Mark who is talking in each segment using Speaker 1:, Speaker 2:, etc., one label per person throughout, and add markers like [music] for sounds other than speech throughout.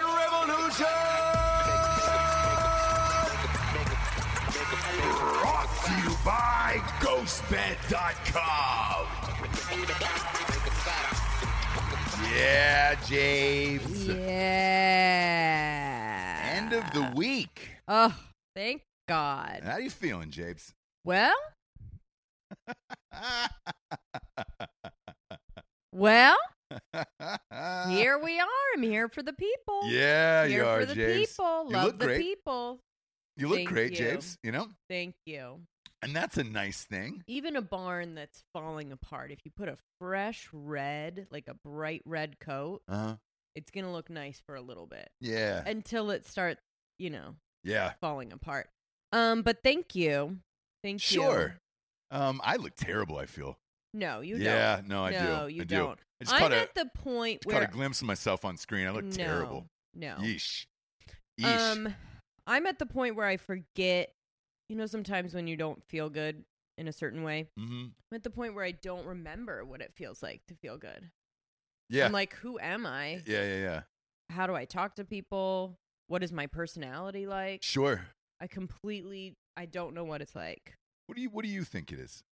Speaker 1: Revolution! Brought to you by GhostBed.com.
Speaker 2: Yeah, James.
Speaker 3: Yeah.
Speaker 2: End of the week.
Speaker 3: Oh, thank God.
Speaker 2: How you feeling, [laughs] Japes?
Speaker 3: Well, well,
Speaker 2: yeah,
Speaker 3: here we are. I'm here for the people.
Speaker 2: Uh. yeah,
Speaker 3: here
Speaker 2: you are,
Speaker 3: for the
Speaker 2: Japes.
Speaker 3: people.
Speaker 2: You
Speaker 3: Love
Speaker 2: look
Speaker 3: the
Speaker 2: great.
Speaker 3: people.
Speaker 2: You look
Speaker 3: Thank
Speaker 2: great,
Speaker 3: you.
Speaker 2: Japes. You know,
Speaker 3: Thank you.
Speaker 2: and that's a nice thing.
Speaker 3: Even a barn that's falling apart, if you put a fresh red, like a bright red coat,
Speaker 2: Uh huh.
Speaker 3: it's going to look nice for a little
Speaker 2: [sighs]
Speaker 3: bit
Speaker 2: Yeah,
Speaker 3: until it starts, you know,
Speaker 2: yeah,
Speaker 3: falling apart. Um, but thank you. Thank you.
Speaker 2: sure. Um, I look terrible. I feel.
Speaker 3: No, you
Speaker 2: yeah, no, I
Speaker 3: don't.
Speaker 2: do.
Speaker 3: no, you
Speaker 2: I do.
Speaker 3: don't.
Speaker 2: I just caught
Speaker 3: I'm
Speaker 2: a,
Speaker 3: at the point
Speaker 2: just
Speaker 3: where
Speaker 2: caught a glimpse of myself on screen. I look terrible.
Speaker 3: No.
Speaker 2: Yeesh. Yeesh.
Speaker 3: Um, I'm at the point where I forget. You know, sometimes when you don't feel good in a certain way,
Speaker 2: hmm
Speaker 3: I'm at the point where I don't remember what it feels like to feel good.
Speaker 2: Yeah.
Speaker 3: I'm like, who am I?
Speaker 2: yeah, yeah, yeah.
Speaker 3: how do I talk to people? What is my personality like?
Speaker 2: Sure.
Speaker 3: I completely I don't know what it's like.
Speaker 2: What do you What do you think it is?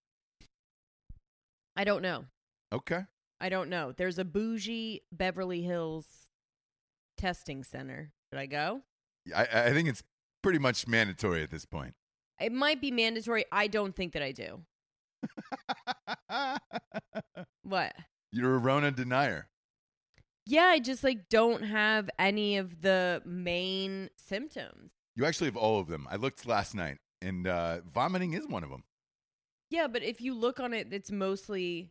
Speaker 3: I don't know.
Speaker 2: Okay.
Speaker 3: I don't know. There's a bougie Beverly Hills testing center. Should I go?
Speaker 2: I, I think it's pretty much mandatory at this point. [laughs]
Speaker 3: It might be mandatory. I don't think that I do. What?
Speaker 2: You're a Rona denier.
Speaker 3: Yeah, I just like don't have any of the main symptoms.
Speaker 2: You actually have all of them. I looked last night, and uh, vomiting is one of them.
Speaker 3: Yeah, but if you look on it, it's mostly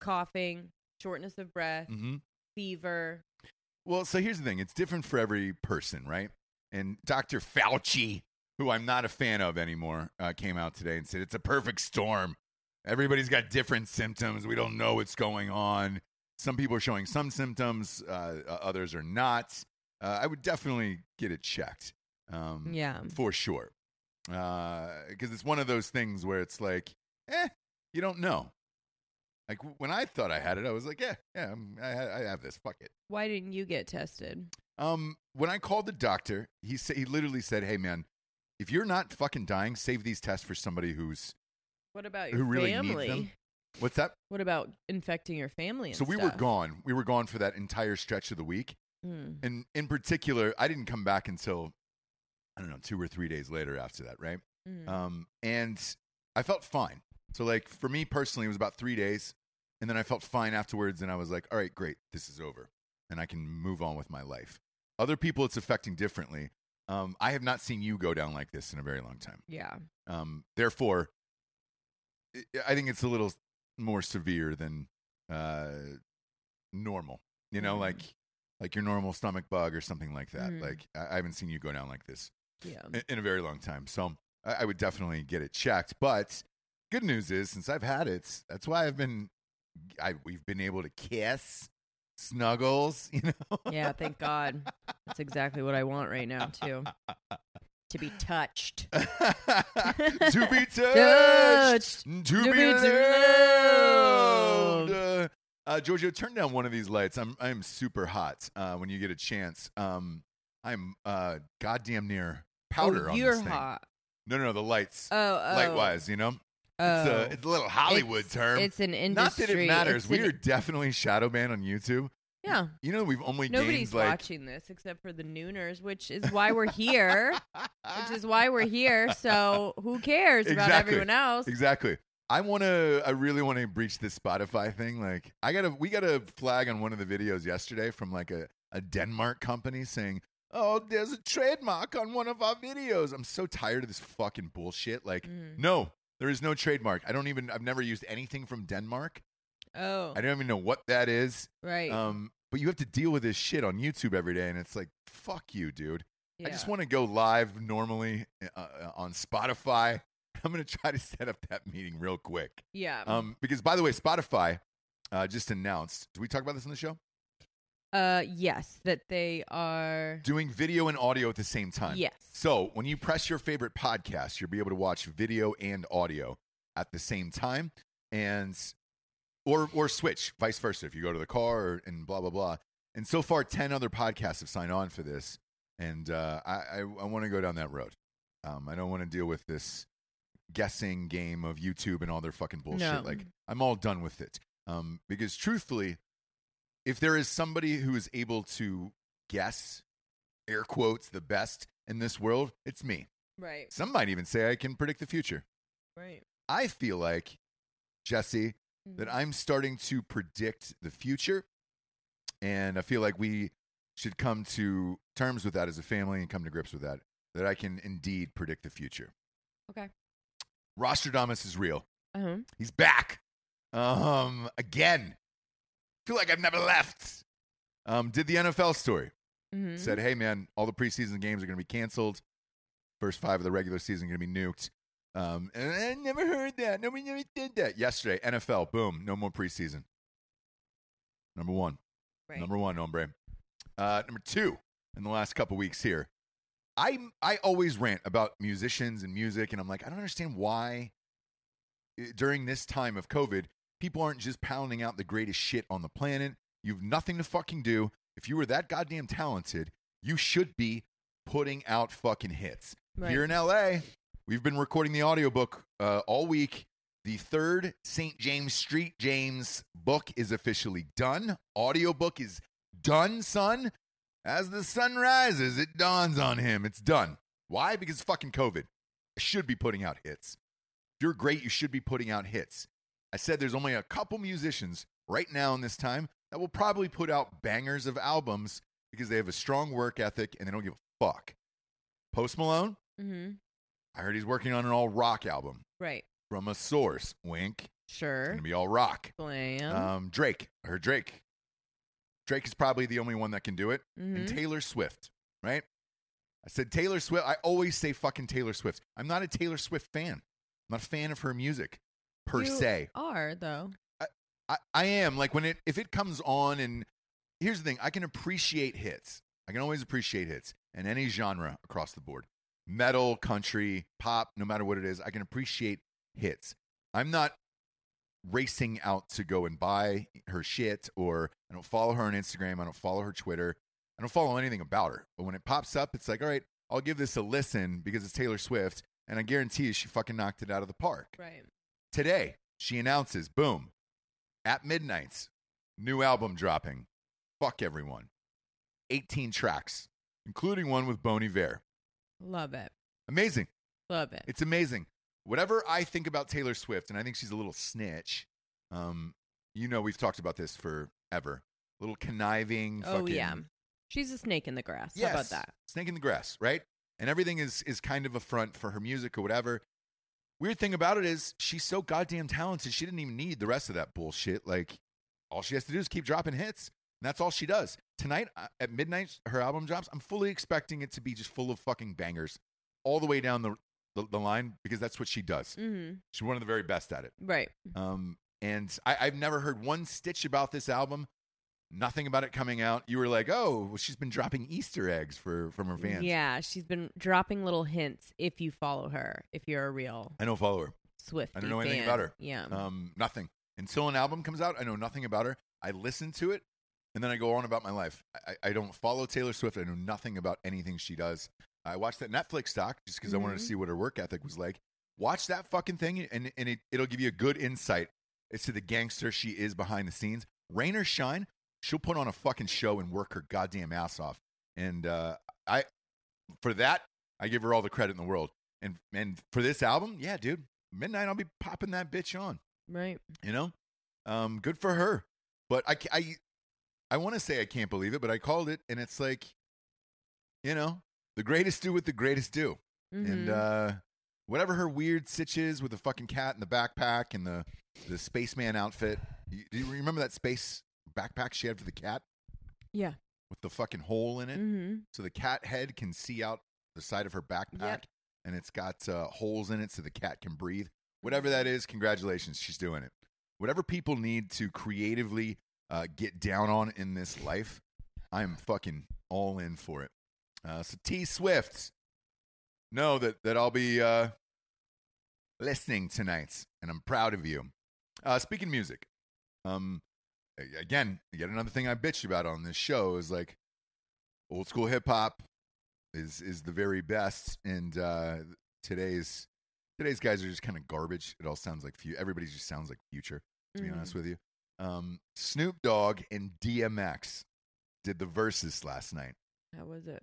Speaker 3: coughing, shortness of breath,
Speaker 2: Mm-hmm.
Speaker 3: fever.
Speaker 2: Well, so here's the thing it's different for every person, right? And Dr. Fauci, who I'm not a fan of anymore, uh, came out today and said it's a perfect storm. Everybody's got different symptoms. We don't know what's going on. Some people are showing some symptoms, uh, uh, others are not. Uh, I would definitely get it checked. Um,
Speaker 3: Yeah.
Speaker 2: for sure. Because it's one of those things where it's like, eh, you don't know. Like w- when I thought I had it, I was like, yeah, yeah, I'm, I, ha- I have this. Fuck it.
Speaker 3: Why didn't you get tested?
Speaker 2: Um, when I called the doctor, he sa- he literally said, "Hey, man, if you're not fucking dying, save these tests for somebody who's
Speaker 3: What about your
Speaker 2: who really
Speaker 3: family?
Speaker 2: needs them." What's that?
Speaker 3: What about infecting your family? And
Speaker 2: So we were
Speaker 3: stuff?
Speaker 2: gone. We were gone for that entire stretch of the week,
Speaker 3: Mm.
Speaker 2: and in particular, I didn't come back until I don't know two or three days later after that, right?
Speaker 3: Mm.
Speaker 2: um, and I felt fine. So, like for me personally, it was about three days, and then I felt fine afterwards, and I was like, "All right, great, this is over, and I can move on with my life." Other people, it's affecting differently. Um, I have not seen you go down like this in a very long time.
Speaker 3: yeah.
Speaker 2: Um, therefore, I- I think it's a little more severe than uh, normal. You know,
Speaker 3: Mhm.
Speaker 2: like like your normal stomach bug or something like that.
Speaker 3: Mhm.
Speaker 2: Like I I haven't seen you go down like this
Speaker 3: Yeah.
Speaker 2: in, in a very long time. So I, I would definitely get it checked. But good news is, since I've had it, that's why I've been, I, we've been able to kiss, snuggles, [laughs] you know?
Speaker 3: Yeah, thank God. That's exactly what I want right now, too. to be
Speaker 2: [laughs]
Speaker 3: touched.
Speaker 2: to
Speaker 3: [laughs]
Speaker 2: be touched,
Speaker 3: Oh,
Speaker 2: to, be,
Speaker 3: be
Speaker 2: loved.
Speaker 3: loved.
Speaker 2: Uh, uh, Giorgio, turn down one of these lights. I'm I'm super hot. Uh, when you get a chance, um, I'm uh, goddamn near powder
Speaker 3: oh,
Speaker 2: on
Speaker 3: you're
Speaker 2: this thing.
Speaker 3: hot.
Speaker 2: No, no, no, the lights,
Speaker 3: Oh, oh.
Speaker 2: light-wise, you know.
Speaker 3: Oh.
Speaker 2: It's, a, it's a little Hollywood
Speaker 3: It's-
Speaker 2: term.
Speaker 3: It's an industry.
Speaker 2: Not that it matters.
Speaker 3: It's
Speaker 2: We
Speaker 3: an-
Speaker 2: are definitely shadow banned on YouTube.
Speaker 3: Yeah.
Speaker 2: You know, we've only
Speaker 3: Nobody's
Speaker 2: gained like.
Speaker 3: watching this except for the nooners, which is why we're here. which
Speaker 2: [laughs]
Speaker 3: is why we're here. So who cares about
Speaker 2: Exactly.
Speaker 3: everyone else?
Speaker 2: exactly. I want to. I really want to breach this Spotify thing. Like, I got a. We got a flag on one of the videos yesterday from like a a Denmark company saying, "Oh, there's a trademark on one of our videos." I'm so tired of this fucking bullshit. Like,
Speaker 3: Mhm.
Speaker 2: no, there is no trademark. I don't even. I've never used anything from Denmark.
Speaker 3: Oh,
Speaker 2: I don't even know what that is.
Speaker 3: right.
Speaker 2: Um, but you have to deal with this shit on YouTube every day, and it's like, fuck you, dude. I just
Speaker 3: Yeah.
Speaker 2: want to go live normally uh, uh, on Spotify. [laughs] I'm gonna try to set up that meeting real quick.
Speaker 3: Yeah.
Speaker 2: Um, because by the way, Spotify uh, just announced. Did we talk about this on the show?
Speaker 3: uh, yes, that they are.
Speaker 2: Doing video and audio at the same time.
Speaker 3: Yes.
Speaker 2: So when you press your favorite podcast, you'll be able to watch video and audio at the same time, and or or switch vice versa if you go to the car or, and blah blah blah. And so far, ten other podcasts have signed on for this, and uh, I I, I want to go down that road. Um, I don't want to deal with this guessing game of YouTube and all their fucking bullshit.
Speaker 3: No.
Speaker 2: Like I'm all done with it. Um, because truthfully, if there is somebody who is able to guess air quotes the best in this world, it's me.
Speaker 3: Right.
Speaker 2: Some might even say I can predict the future.
Speaker 3: Right.
Speaker 2: I feel like, Jesse, that
Speaker 3: Mhm.
Speaker 2: I'm starting to predict the future. And I feel like we should come to terms with that as a family and come to grips with that, that I can indeed predict the future.
Speaker 3: Okay.
Speaker 2: Rostradamus is real.
Speaker 3: Uh-huh.
Speaker 2: He's back. Um, again. Feel like I've never left. Um, did the NFL story.
Speaker 3: Mhm.
Speaker 2: said, "Hey, man, all the preseason games are going to be canceled. First five of the regular season going to be nuked." Um, and I never heard that. Nobody never did that. Yesterday, NFL, boom, no more preseason. Number one,
Speaker 3: Right.
Speaker 2: number one, hombre. Uh, number two, in the last couple weeks here, I I always rant about musicians and music, and I'm like, I don't understand why uh, during this time of COVID, people aren't just pounding out the greatest shit on the planet. You've nothing to fucking do. If you were that goddamn talented, you should be putting out fucking hits.
Speaker 3: Right.
Speaker 2: Here in LA, we've been recording the audiobook uh, all week. The third St. James Street James book is officially done. Audiobook is done, son. As the sun rises, it dawns on him. It's done. Why? Because fucking COVID. I should be putting out hits. If you're great, you should be putting out hits. I said there's only a couple musicians right now in this time that will probably put out bangers of albums because they have a strong work ethic and they don't give a fuck. Post Malone,
Speaker 3: Mm-hmm.
Speaker 2: I heard he's working on an all rock album
Speaker 3: Right.
Speaker 2: from a source. Wink. It's
Speaker 3: Sure.
Speaker 2: gonna be all rock.
Speaker 3: Blam.
Speaker 2: Um, Drake. I heard Drake. Drake is probably the only one that can do it. And
Speaker 3: Mhm.
Speaker 2: Taylor Swift, right? I said Taylor Swift. I always say fucking Taylor Swift. I'm not a Taylor Swift fan. I'm not a fan of her music per
Speaker 3: You
Speaker 2: se.
Speaker 3: Are though.
Speaker 2: I, I am like when it if it comes on and here's the thing i can appreciate hits i can always appreciate hits in any genre across the board metal country pop no matter what it is i can appreciate hits i'm not racing out to go and buy her shit or i don't follow her on instagram i don't follow her twitter i don't follow anything about her but when it pops up it's like all right i'll give this a listen because it's taylor swift and i guarantee you she fucking knocked it out of the park
Speaker 3: Right.
Speaker 2: today she announces boom at midnight's new album dropping fuck everyone 18 tracks including one with bon iver
Speaker 3: Love it.
Speaker 2: amazing
Speaker 3: Love it.
Speaker 2: it's amazing whatever i think about taylor swift and i think she's a little snitch um you know we've talked about this forever little conniving
Speaker 3: oh
Speaker 2: fucking,
Speaker 3: yeah. She's a snake in the grass.
Speaker 2: Yes.
Speaker 3: How about that?
Speaker 2: Snake in the grass, right? And everything is is kind of a front for her music or whatever. Weird thing about it is she's so goddamn talented. She didn't even need the rest of that bullshit. Like all she has to do is keep dropping hits. And that's all she does. Tonight uh, at midnight, her album drops. I'm fully expecting it to be just full of fucking bangers all the way down the the, the line because that's what she does.
Speaker 3: Mm-hmm.
Speaker 2: She's one of the very best at it.
Speaker 3: Right.
Speaker 2: Um, and I, I've never heard one stitch about this album. Nothing about it coming out. You were like, "Oh, well, she's been dropping Easter eggs for from her fans."
Speaker 3: Yeah, she's been dropping little hints. If you follow her, if you're a real
Speaker 2: I don't follow her.
Speaker 3: Swift,
Speaker 2: I don't know anything about her.
Speaker 3: Yeah,
Speaker 2: Um, nothing until an album comes out. I know nothing about her. I listen to it, and then I go on about my life. I, I- I don't follow Taylor Swift. I know nothing about anything she does. I watched that Netflix doc just because I wanted to
Speaker 3: Mhm.
Speaker 2: see what her work ethic was like. Watch that fucking thing, and and it, it'll give you a good insight as to the gangster she is behind the scenes. Rain or shine, she'll put on a fucking show and work her goddamn ass off. And uh, I, for that, I give her all the credit in the world. And and for this album, yeah, dude, midnight, I'll be popping that bitch on
Speaker 3: right.
Speaker 2: you know um good for her but i ca- i i want to say i can't believe it but i called it and it's like you know the greatest do what the greatest do and
Speaker 3: Mhm.
Speaker 2: uh whatever her weird sitch is with the fucking cat and the backpack and the the spaceman outfit you, do you remember that space backpack she had for the cat
Speaker 3: yeah,
Speaker 2: with the fucking hole in it
Speaker 3: hmm
Speaker 2: so the cat head can see out the side of her backpack and it's got uh, holes in it so the cat can breathe whatever that is congratulations she's doing it whatever people need to creatively uh, get down on in this life i'm fucking all in for it uh, so t swift know that, that i'll be uh, listening tonight and i'm proud of you uh, speaking of music um, a- again yet another thing i bitched about on this show is like old school hip hop is is the very best and uh today's today's guys are just kind of garbage it all sounds like few everybody just sounds like future to be
Speaker 3: Mhm.
Speaker 2: honest with you um snoop dogg and dmx did the verses last night
Speaker 3: Mm-hmm. How was it?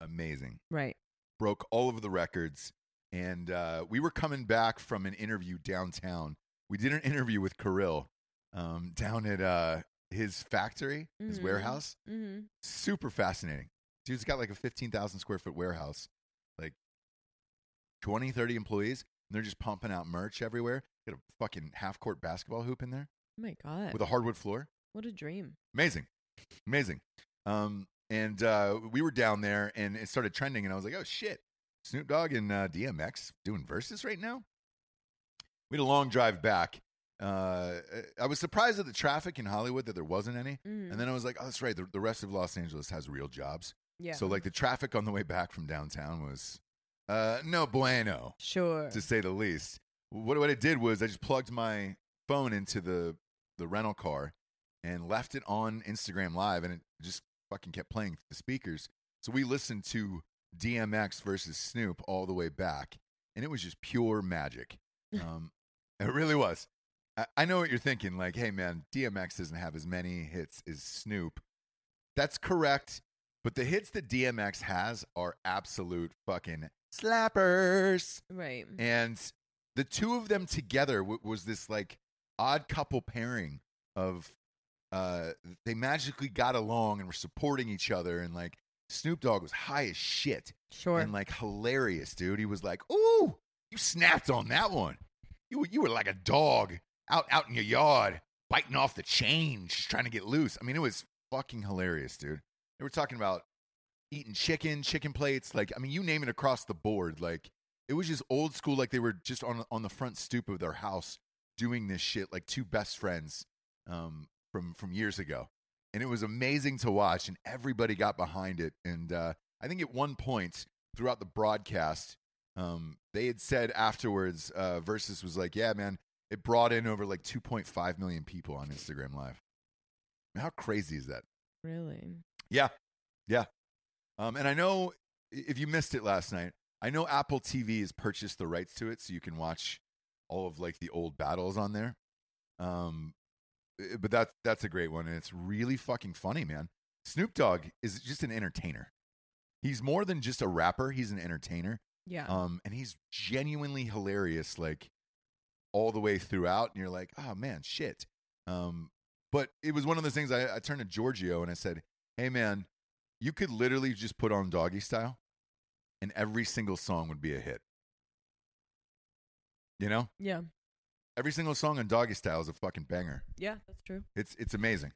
Speaker 2: amazing
Speaker 3: Right.
Speaker 2: broke all of the records and uh we were coming back from an interview downtown we did an interview with Kirill um down at uh his factory his
Speaker 3: Mhm.
Speaker 2: warehouse
Speaker 3: Mm-hmm.
Speaker 2: super fascinating. Dude's got like a 15,000 square foot warehouse, like 20, 30 employees, and they're just pumping out merch everywhere. Got a fucking half court basketball hoop in there
Speaker 3: Oh my god,
Speaker 2: with a hardwood floor.
Speaker 3: what a dream!
Speaker 2: Amazing. Amazing. Um, and uh, we were down there and it started trending, and I was like, oh shit, Snoop Dogg and uh, DMX doing verses right now? We had a long drive back. Uh, I was surprised at the traffic in Hollywood that there wasn't any.
Speaker 3: Mhm.
Speaker 2: And then I was like, oh, that's right. The, the rest of Los Angeles has real jobs.
Speaker 3: Yeah,
Speaker 2: So like the traffic on the way back from downtown was uh no bueno
Speaker 3: sure.
Speaker 2: to say the least. What what I did was I just plugged my phone into the the rental car and left it on Instagram Live, and it just fucking kept playing through the speakers. So we listened to DMX versus Snoop all the way back, and it was just pure magic. Um, it really was. I, I know what you're thinking. Like, hey, man, DMX doesn't have as many hits as Snoop. That's correct. But the hits that DMX has are absolute fucking slappers.
Speaker 3: Right.
Speaker 2: And the two of them together w- was this like odd couple pairing of uh they magically got along and were supporting each other and like Snoop Dogg was high as shit
Speaker 3: Sure.
Speaker 2: and like hilarious, dude. He was like, "Ooh, you snapped on that one. You were, you were like a dog out out in your yard biting off the chain, just trying to get loose." I mean, it was fucking hilarious, dude. They were talking about eating chicken, chicken plates, like I mean, you name it across the board. Like it was just old school, like they were just on on the front stoop of their house doing this shit, like two best friends um, from from years ago. And it was amazing to watch, and everybody got behind it. And uh, I think at one point throughout the broadcast, um, they had said afterwards, uh, Versus was like, "Yeah, man, it brought in over like 2.5 million people on Instagram Live. How crazy is that?"
Speaker 3: really.
Speaker 2: Yeah. Yeah. Um, and I know i- if you missed it last night, I know Apple TV has purchased the rights to it so you can watch all of like the old battles on there. Um, i- but that's that's a great one and it's really fucking funny, man. Snoop Dogg is just an entertainer. He's more than just a rapper, he's an entertainer.
Speaker 3: Yeah.
Speaker 2: Um, and he's genuinely hilarious, like all the way throughout. And you're like, oh man, shit. Um, but it was one of those things I, I turned to Giorgio and I said, hey man, you could literally just put on doggy style and every single song would be a hit. You know,
Speaker 3: yeah.
Speaker 2: every single song on doggy style is a fucking banger.
Speaker 3: Yeah. That's true.
Speaker 2: It's it's amazing.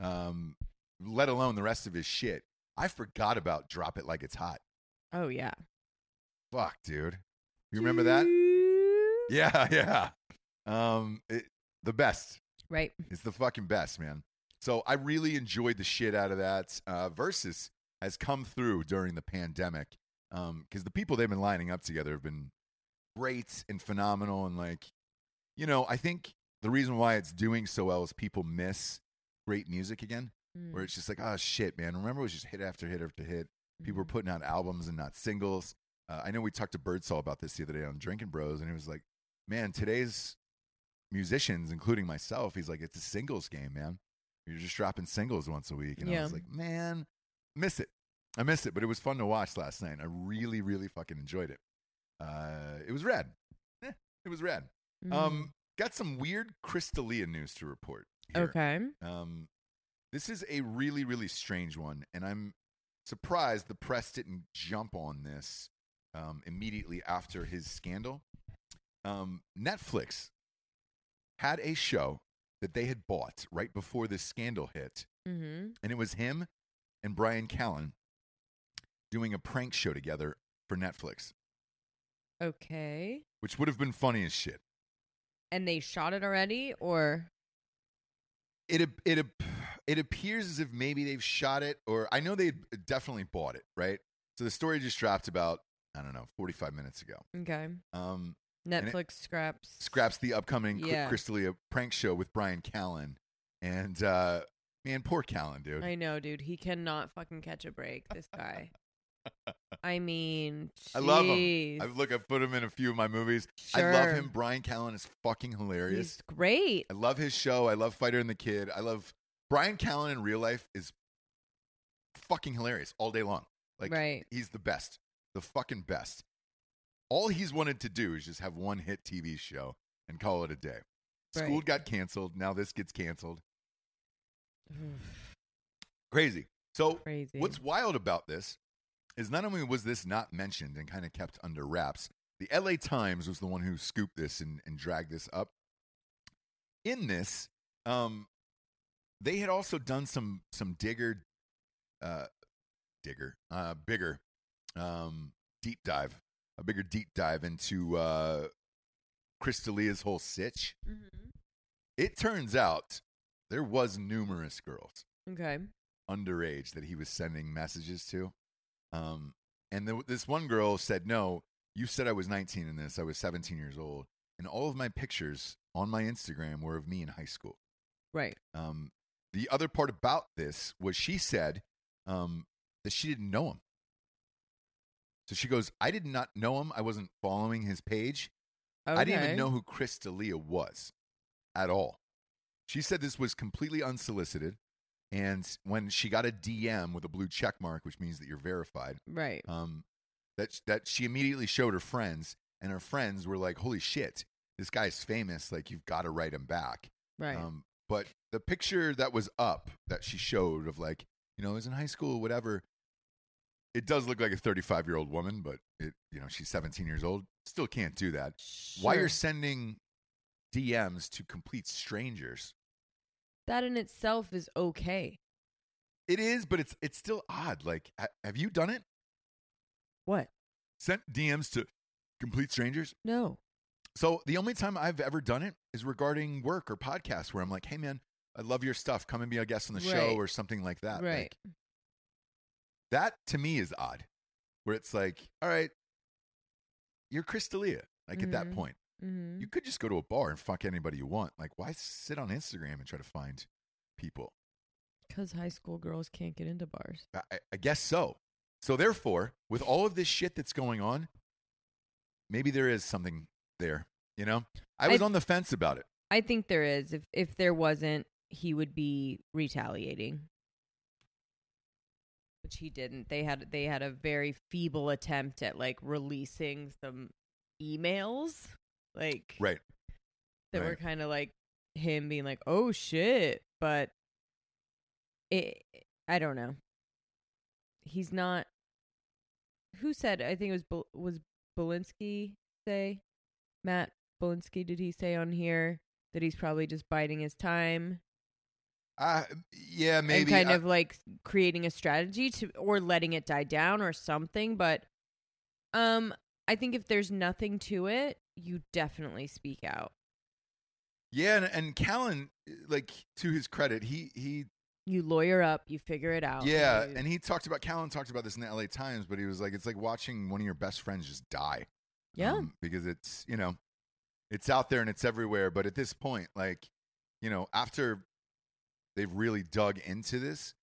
Speaker 2: Um, let alone the rest of his shit. I forgot about Drop It Like It's Hot.
Speaker 3: Oh yeah.
Speaker 2: Fuck, dude. You remember that? Yeah, [laughs] yeah. Um, it, the best.
Speaker 3: Right.
Speaker 2: It's the fucking best, man. So I really enjoyed the shit out of that. Uh, Versus has come through during the pandemic because the people they've been lining up together have been great and phenomenal. And like, you know, I think the reason why it's doing so well is people miss great music again,
Speaker 3: Mm.
Speaker 2: where it's just like, oh shit, man. Remember, it was just hit after hit after hit. People were
Speaker 3: Mhm.
Speaker 2: putting out albums and not singles. Uh, I know we talked to Birdsall about this the other day on Drinking Bros, and he was like, "Man, today's musicians, including myself, he's like, it's a singles game, man. You're just dropping singles once a week." And I
Speaker 3: Yeah.
Speaker 2: was like, "Man, miss it. I miss it." But it was fun to watch last night. I really, really fucking enjoyed it. Uh, it was rad. Eh, it was rad.
Speaker 3: Mhm.
Speaker 2: Um, got some weird Crystalia news to report. here.
Speaker 3: Okay.
Speaker 2: Um, this is a really, really strange one, and I'm surprised the press didn't jump on this um, immediately after his scandal. Um, Netflix had a show that they had bought right before this scandal hit,
Speaker 3: Mm-hmm.
Speaker 2: and it was him and Brian Callen doing a prank show together for Netflix,
Speaker 3: Okay.
Speaker 2: which would have been funny as shit.
Speaker 3: And they shot it already, or
Speaker 2: it ap- it ap- it appears as if maybe they've shot it or I know they definitely bought it, right? So the story just dropped about I don't know, 45 minutes ago.
Speaker 3: okay.
Speaker 2: Um it-
Speaker 3: Netflix scraps.
Speaker 2: scraps the upcoming
Speaker 3: Yeah.
Speaker 2: yeah. Crystalia prank show with Brian Callen and uh man, poor Callen, dude. I,
Speaker 3: I know, dude. He cannot fucking catch a break. This
Speaker 2: [laughs]
Speaker 3: guy. I mean,
Speaker 2: I love him.
Speaker 3: jeez.
Speaker 2: look I put him in a few of my movies. I
Speaker 3: Sure.
Speaker 2: love him. Brian Callen is fucking hilarious.
Speaker 3: He's great.
Speaker 2: I love his show. I love Fighter and the Kid. I love Brian Callen in real life is fucking hilarious all day long. Like
Speaker 3: Right.
Speaker 2: he's the best. The fucking best. All he's wanted to do is just have one hit TV show and call it a day. School
Speaker 3: Right.
Speaker 2: got canceled. Now this gets canceled. Crazy. So
Speaker 3: Crazy.
Speaker 2: what's wild about this is not only was this not mentioned and kind of kept under wraps, the LA Times was the one who scooped this and, and dragged this up. In this, um, they had also done some some digger, uh, digger, uh, bigger, um, deep dive, a bigger deep dive into uh, Crystalia's whole sitch.
Speaker 3: Mm-hmm.
Speaker 2: It turns out there was numerous girls
Speaker 3: Okay.
Speaker 2: underage that he was sending messages to. Um, and the, this one girl said, No, you said I was 19 in this. I was 17 years old. And all of my pictures on my Instagram were of me in high school.
Speaker 3: Right.
Speaker 2: Um, The other part about this was she said um, that she didn't know him. So she goes, I did not know him. I wasn't following his page. I didn't even know who Chris D'Elia was at all. She said this was completely unsolicited. And when she got a DM with a blue check mark, which means that you're verified,
Speaker 3: Right.
Speaker 2: um, that that she immediately showed her friends, and her friends were like, "Holy shit, this guy's famous! Like, you've got to write him back."
Speaker 3: Right.
Speaker 2: Um, but the picture that was up that she showed of like, you know, it was in high school, whatever. It does look like a 35 year old woman, but it, you know, she's 17 years old. Still can't do that. Why
Speaker 3: Sure.
Speaker 2: you're sending DMs to complete strangers?
Speaker 3: that in itself is okay.
Speaker 2: It is, but it's it's still odd. Like, ha- have you done it?
Speaker 3: What?
Speaker 2: Sent DMs to complete strangers?
Speaker 3: No.
Speaker 2: So the only time I've ever done it is regarding work or podcasts where I'm like, hey man, I love your stuff. Come and be a guest on the show
Speaker 3: Right.
Speaker 2: or something like that.
Speaker 3: right.
Speaker 2: Like, that to me is odd. Where it's like, all right, you're Chris D'Elia. Like at that
Speaker 3: Mhm.
Speaker 2: point.
Speaker 3: mm-hmm.
Speaker 2: You could just go to a bar and fuck anybody you want. Like, why sit on Instagram and try to find people?
Speaker 3: Because high school girls can't get into bars.
Speaker 2: I- I, I guess so. So therefore, with all of this shit that's going on, maybe there is something there. You know? I
Speaker 3: I-
Speaker 2: was on the fence about it.
Speaker 3: I think there is. If if there wasn't, he would be retaliating. Which he didn't. They had they had a very feeble attempt at like releasing some emails. Like
Speaker 2: Right.
Speaker 3: that were
Speaker 2: right.
Speaker 3: kind of like him being like, "Oh shit," but it I don't know. He's not Who said? I think it was Bel- was Belinsky say Matt Belinsky did he say on here that he's probably just biding his time
Speaker 2: Uh, yeah, maybe.
Speaker 3: and kind
Speaker 2: I-
Speaker 3: of like creating a strategy to or letting it die down or something, but um I think if there's nothing to it, you definitely speak out.
Speaker 2: Yeah, and, and Callan, like to his credit, he he
Speaker 3: you lawyer up, you figure it out.
Speaker 2: yeah,
Speaker 3: you-
Speaker 2: and he talked about Callan talked about this in the L.A. Times, but he was like, it's like watching one of your best friends just die.
Speaker 3: yeah,
Speaker 2: um, because it's you know, it's out there and it's everywhere. But at this point, like you know, after they've really dug into this,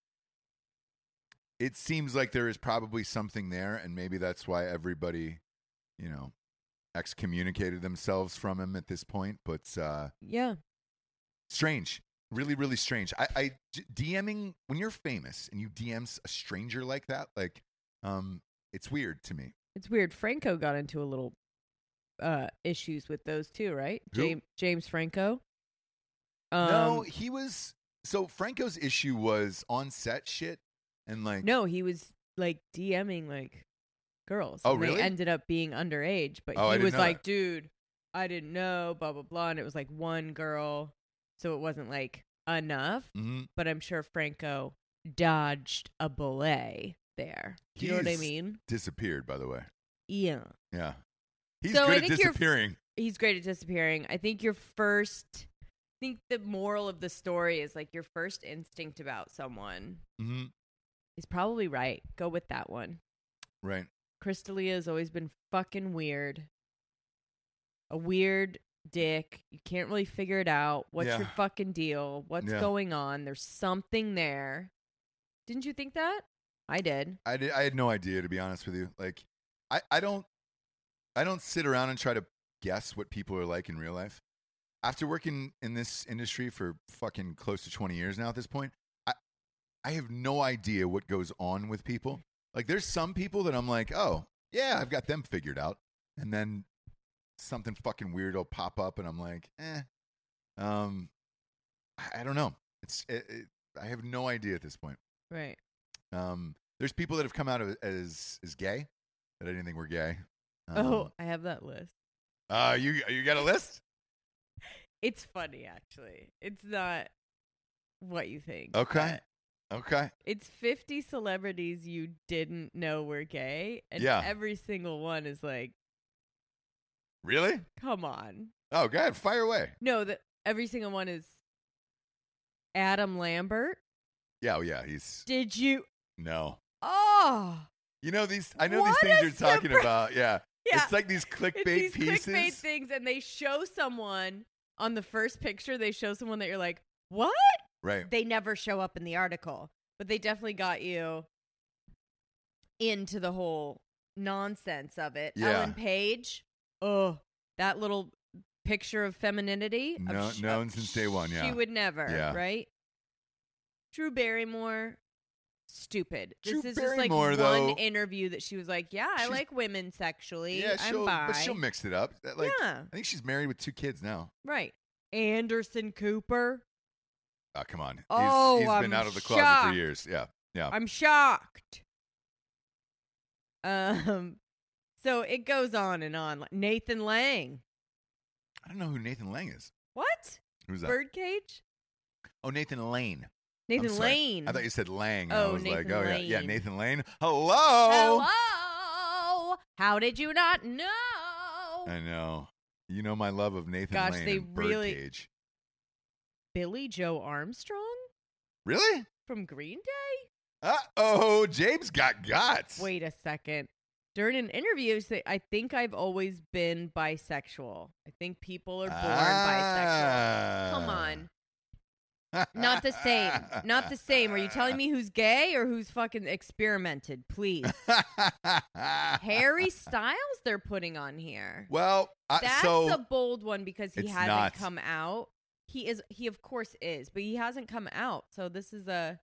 Speaker 2: it seems like there is probably something there, and maybe that's why everybody, you know, excommunicated themselves from him at this point. But uh,
Speaker 3: yeah,
Speaker 2: strange really really strange i i j- dming when you're famous and you dm s- a stranger like that like um it's weird to me
Speaker 3: it's weird. Franco got into a little uh issues with those too, right?
Speaker 2: Who?
Speaker 3: James James Franco. Um,
Speaker 2: no he was so franco's issue was on set shit and like
Speaker 3: no, he was like DMing like girls.
Speaker 2: Oh,
Speaker 3: and
Speaker 2: really?
Speaker 3: They ended up being underage, but
Speaker 2: Oh, I
Speaker 3: he
Speaker 2: didn't
Speaker 3: was
Speaker 2: know that.
Speaker 3: like, "Dude, I didn't know." Blah blah blah, and it was like one girl, so it wasn't like enough.
Speaker 2: Mhm.
Speaker 3: But I'm sure Franco dodged a bullet there. Do you know what I
Speaker 2: He's-
Speaker 3: mean?
Speaker 2: disappeared by the way
Speaker 3: Yeah.
Speaker 2: yeah he's
Speaker 3: So I
Speaker 2: good at
Speaker 3: think you're-
Speaker 2: disappearing
Speaker 3: he's great at disappearing. I think your first I think the moral of the story is like your first instinct about someone
Speaker 2: hmm
Speaker 3: is probably right. Go with that one.
Speaker 2: right
Speaker 3: Crystalia has always been fucking weird. A weird dick. You can't really figure it out. What's your
Speaker 2: Yeah.
Speaker 3: fucking deal? What's
Speaker 2: Yeah.
Speaker 3: going on? There's something there. Didn't you think that? I did.
Speaker 2: I did, I had no idea to be honest with you. Like I I don't I don't sit around and try to guess what people are like in real life. After working in this industry for fucking close to 20 years now at this point, I I have no idea what goes on with people. Like there's some people that I'm like, "Oh, yeah, I've got them figured out." And then something fucking weird will pop up and I'm like, "Eh, um I, I don't know. It's it, it, I have no idea at this point.
Speaker 3: Right.
Speaker 2: Um, there's people that have come out of, as as gay that I didn't think were gay. Um,
Speaker 3: oh, I have that list.
Speaker 2: uh, you you got a list?
Speaker 3: It's funny actually. It's not what you think.
Speaker 2: Okay,
Speaker 3: but-
Speaker 2: okay.
Speaker 3: It's 50 celebrities you didn't know were gay. And
Speaker 2: Yeah.
Speaker 3: every single one is like,
Speaker 2: Really?
Speaker 3: come on.
Speaker 2: Oh, God, fire away.
Speaker 3: No, the, every single one is Adam Lambert.
Speaker 2: Yeah, oh, yeah. He's
Speaker 3: Did you?
Speaker 2: no.
Speaker 3: Oh,
Speaker 2: You know these. I know
Speaker 3: What
Speaker 2: these things
Speaker 3: a
Speaker 2: you're talking
Speaker 3: surprise!
Speaker 2: about. Yeah.
Speaker 3: [laughs] yeah.
Speaker 2: it's like these
Speaker 3: It's
Speaker 2: clickbait
Speaker 3: these
Speaker 2: pieces.
Speaker 3: clickbait things. And they show someone on the first picture, they show someone that you're like, what?
Speaker 2: Right.
Speaker 3: they never show up in the article, but they definitely got you into the whole nonsense of it.
Speaker 2: Yeah.
Speaker 3: Ellen Page, oh, that little picture of femininity. of
Speaker 2: No-
Speaker 3: sh-
Speaker 2: known
Speaker 3: of
Speaker 2: since day one, yeah.
Speaker 3: she would never.
Speaker 2: Yeah.
Speaker 3: right. Drew Barrymore, stupid.
Speaker 2: Drew
Speaker 3: this is just like
Speaker 2: Barrymore,
Speaker 3: one
Speaker 2: though-
Speaker 3: interview that she was like, "Yeah, I
Speaker 2: She's-
Speaker 3: like women sexually.
Speaker 2: Yeah,
Speaker 3: I'm
Speaker 2: she'll,
Speaker 3: bi."
Speaker 2: but she'll mix it up. That, Like,
Speaker 3: Yeah.
Speaker 2: I think she's married with two kids now.
Speaker 3: right. Anderson Cooper.
Speaker 2: Oh, come on. He's-
Speaker 3: Oh,
Speaker 2: he's been
Speaker 3: I'm
Speaker 2: out of the closet for
Speaker 3: shocked.
Speaker 2: years. Yeah. Yeah.
Speaker 3: I'm shocked. Um, so it goes on and on. Nathan Lang.
Speaker 2: I don't know who Nathan Lang is.
Speaker 3: What?
Speaker 2: Who's that?
Speaker 3: Birdcage?
Speaker 2: Oh, Nathan Lane. I'm
Speaker 3: Nathan
Speaker 2: sorry.
Speaker 3: Lane.
Speaker 2: I thought you said Lang. and I
Speaker 3: Oh,
Speaker 2: was like,
Speaker 3: Nathan
Speaker 2: oh, yeah. Yeah,
Speaker 3: Lane.
Speaker 2: Nathan Lane.
Speaker 3: Hello.
Speaker 2: Oh.
Speaker 3: How did you not know?
Speaker 2: I know. You know my love of Nathan
Speaker 3: Gosh,
Speaker 2: Lane
Speaker 3: they
Speaker 2: and
Speaker 3: really-
Speaker 2: Birdcage.
Speaker 3: Billy Joe Armstrong
Speaker 2: Really?
Speaker 3: from Green Day?
Speaker 2: Uh oh, James got guts.
Speaker 3: Wait a second. During an interview, he said, I think I've always been bisexual. I think people are born bisexual. Come on. Not the same. Not the same. Are you telling me who's gay or who's fucking experimented? Please.
Speaker 2: [laughs]
Speaker 3: Harry Styles they're putting on
Speaker 2: Ah.
Speaker 3: here.
Speaker 2: Well, I,
Speaker 3: That's
Speaker 2: so
Speaker 3: a bold one because he
Speaker 2: It's
Speaker 3: hasn't
Speaker 2: not.
Speaker 3: come out. He is he of course is, but he hasn't come out. So this is a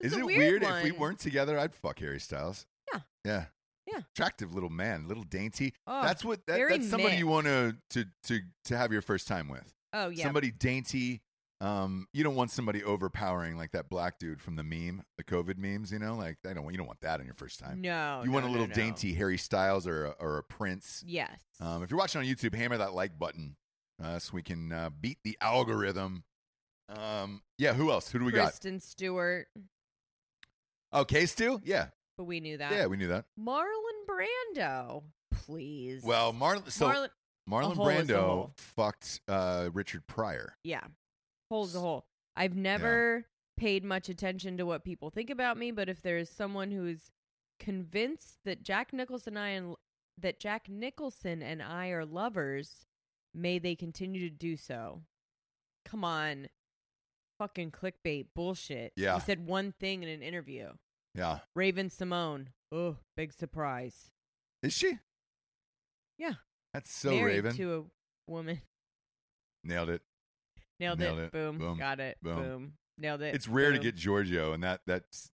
Speaker 3: this
Speaker 2: is
Speaker 3: a
Speaker 2: it
Speaker 3: weird,
Speaker 2: weird if we
Speaker 3: one.
Speaker 2: weren't together? I'd fuck Harry Styles.
Speaker 3: Yeah.
Speaker 2: Yeah.
Speaker 3: Yeah.
Speaker 2: Attractive little man, little dainty.
Speaker 3: Oh,
Speaker 2: that's what. That,
Speaker 3: very
Speaker 2: that's somebody you want
Speaker 3: mixed.
Speaker 2: to to to to have your first time with.
Speaker 3: Oh yeah.
Speaker 2: Somebody dainty. Um, you don't want somebody overpowering like that black dude from the meme, the COVID memes. You know, like I don't want you don't want that on your first time.
Speaker 3: no.
Speaker 2: you want
Speaker 3: no,
Speaker 2: a
Speaker 3: no,
Speaker 2: little
Speaker 3: no.
Speaker 2: dainty Harry Styles or a, or a Prince.
Speaker 3: Yes.
Speaker 2: Um, if you're watching on YouTube, hammer that like button uh, so we can uh, beat the algorithm. Um, yeah, who else? Who do we
Speaker 3: Kristen Stewart,
Speaker 2: got? Oh, Case Stu? Yeah.
Speaker 3: but we knew that.
Speaker 2: Yeah, we knew that.
Speaker 3: Marlon Brando. Please.
Speaker 2: Well, Marlon so
Speaker 3: Marlon
Speaker 2: Marlon
Speaker 3: a hole is a
Speaker 2: Brando
Speaker 3: hole.
Speaker 2: fucked uh, Richard Pryor.
Speaker 3: Yeah. Hole's a hole. I've never paid much attention to what people think about me, but if there is someone who is convinced that Jack Nicholson and I and that Jack Nicholson and I are lovers, may they continue to do so. Come on. Fucking clickbait bullshit.
Speaker 2: Yeah.
Speaker 3: He said one thing in an interview.
Speaker 2: Yeah.
Speaker 3: Raven Simone. Oh, big surprise.
Speaker 2: Is she?
Speaker 3: Yeah.
Speaker 2: That's so
Speaker 3: Married
Speaker 2: Raven.
Speaker 3: to a woman. [laughs]
Speaker 2: Nailed it.
Speaker 3: Nailed,
Speaker 2: Nailed
Speaker 3: it.
Speaker 2: it.
Speaker 3: Boom.
Speaker 2: Boom.
Speaker 3: Got it.
Speaker 2: Boom.
Speaker 3: Boom. Nailed it.
Speaker 2: It's rare to
Speaker 3: Boom.
Speaker 2: get Giorgio, and that that's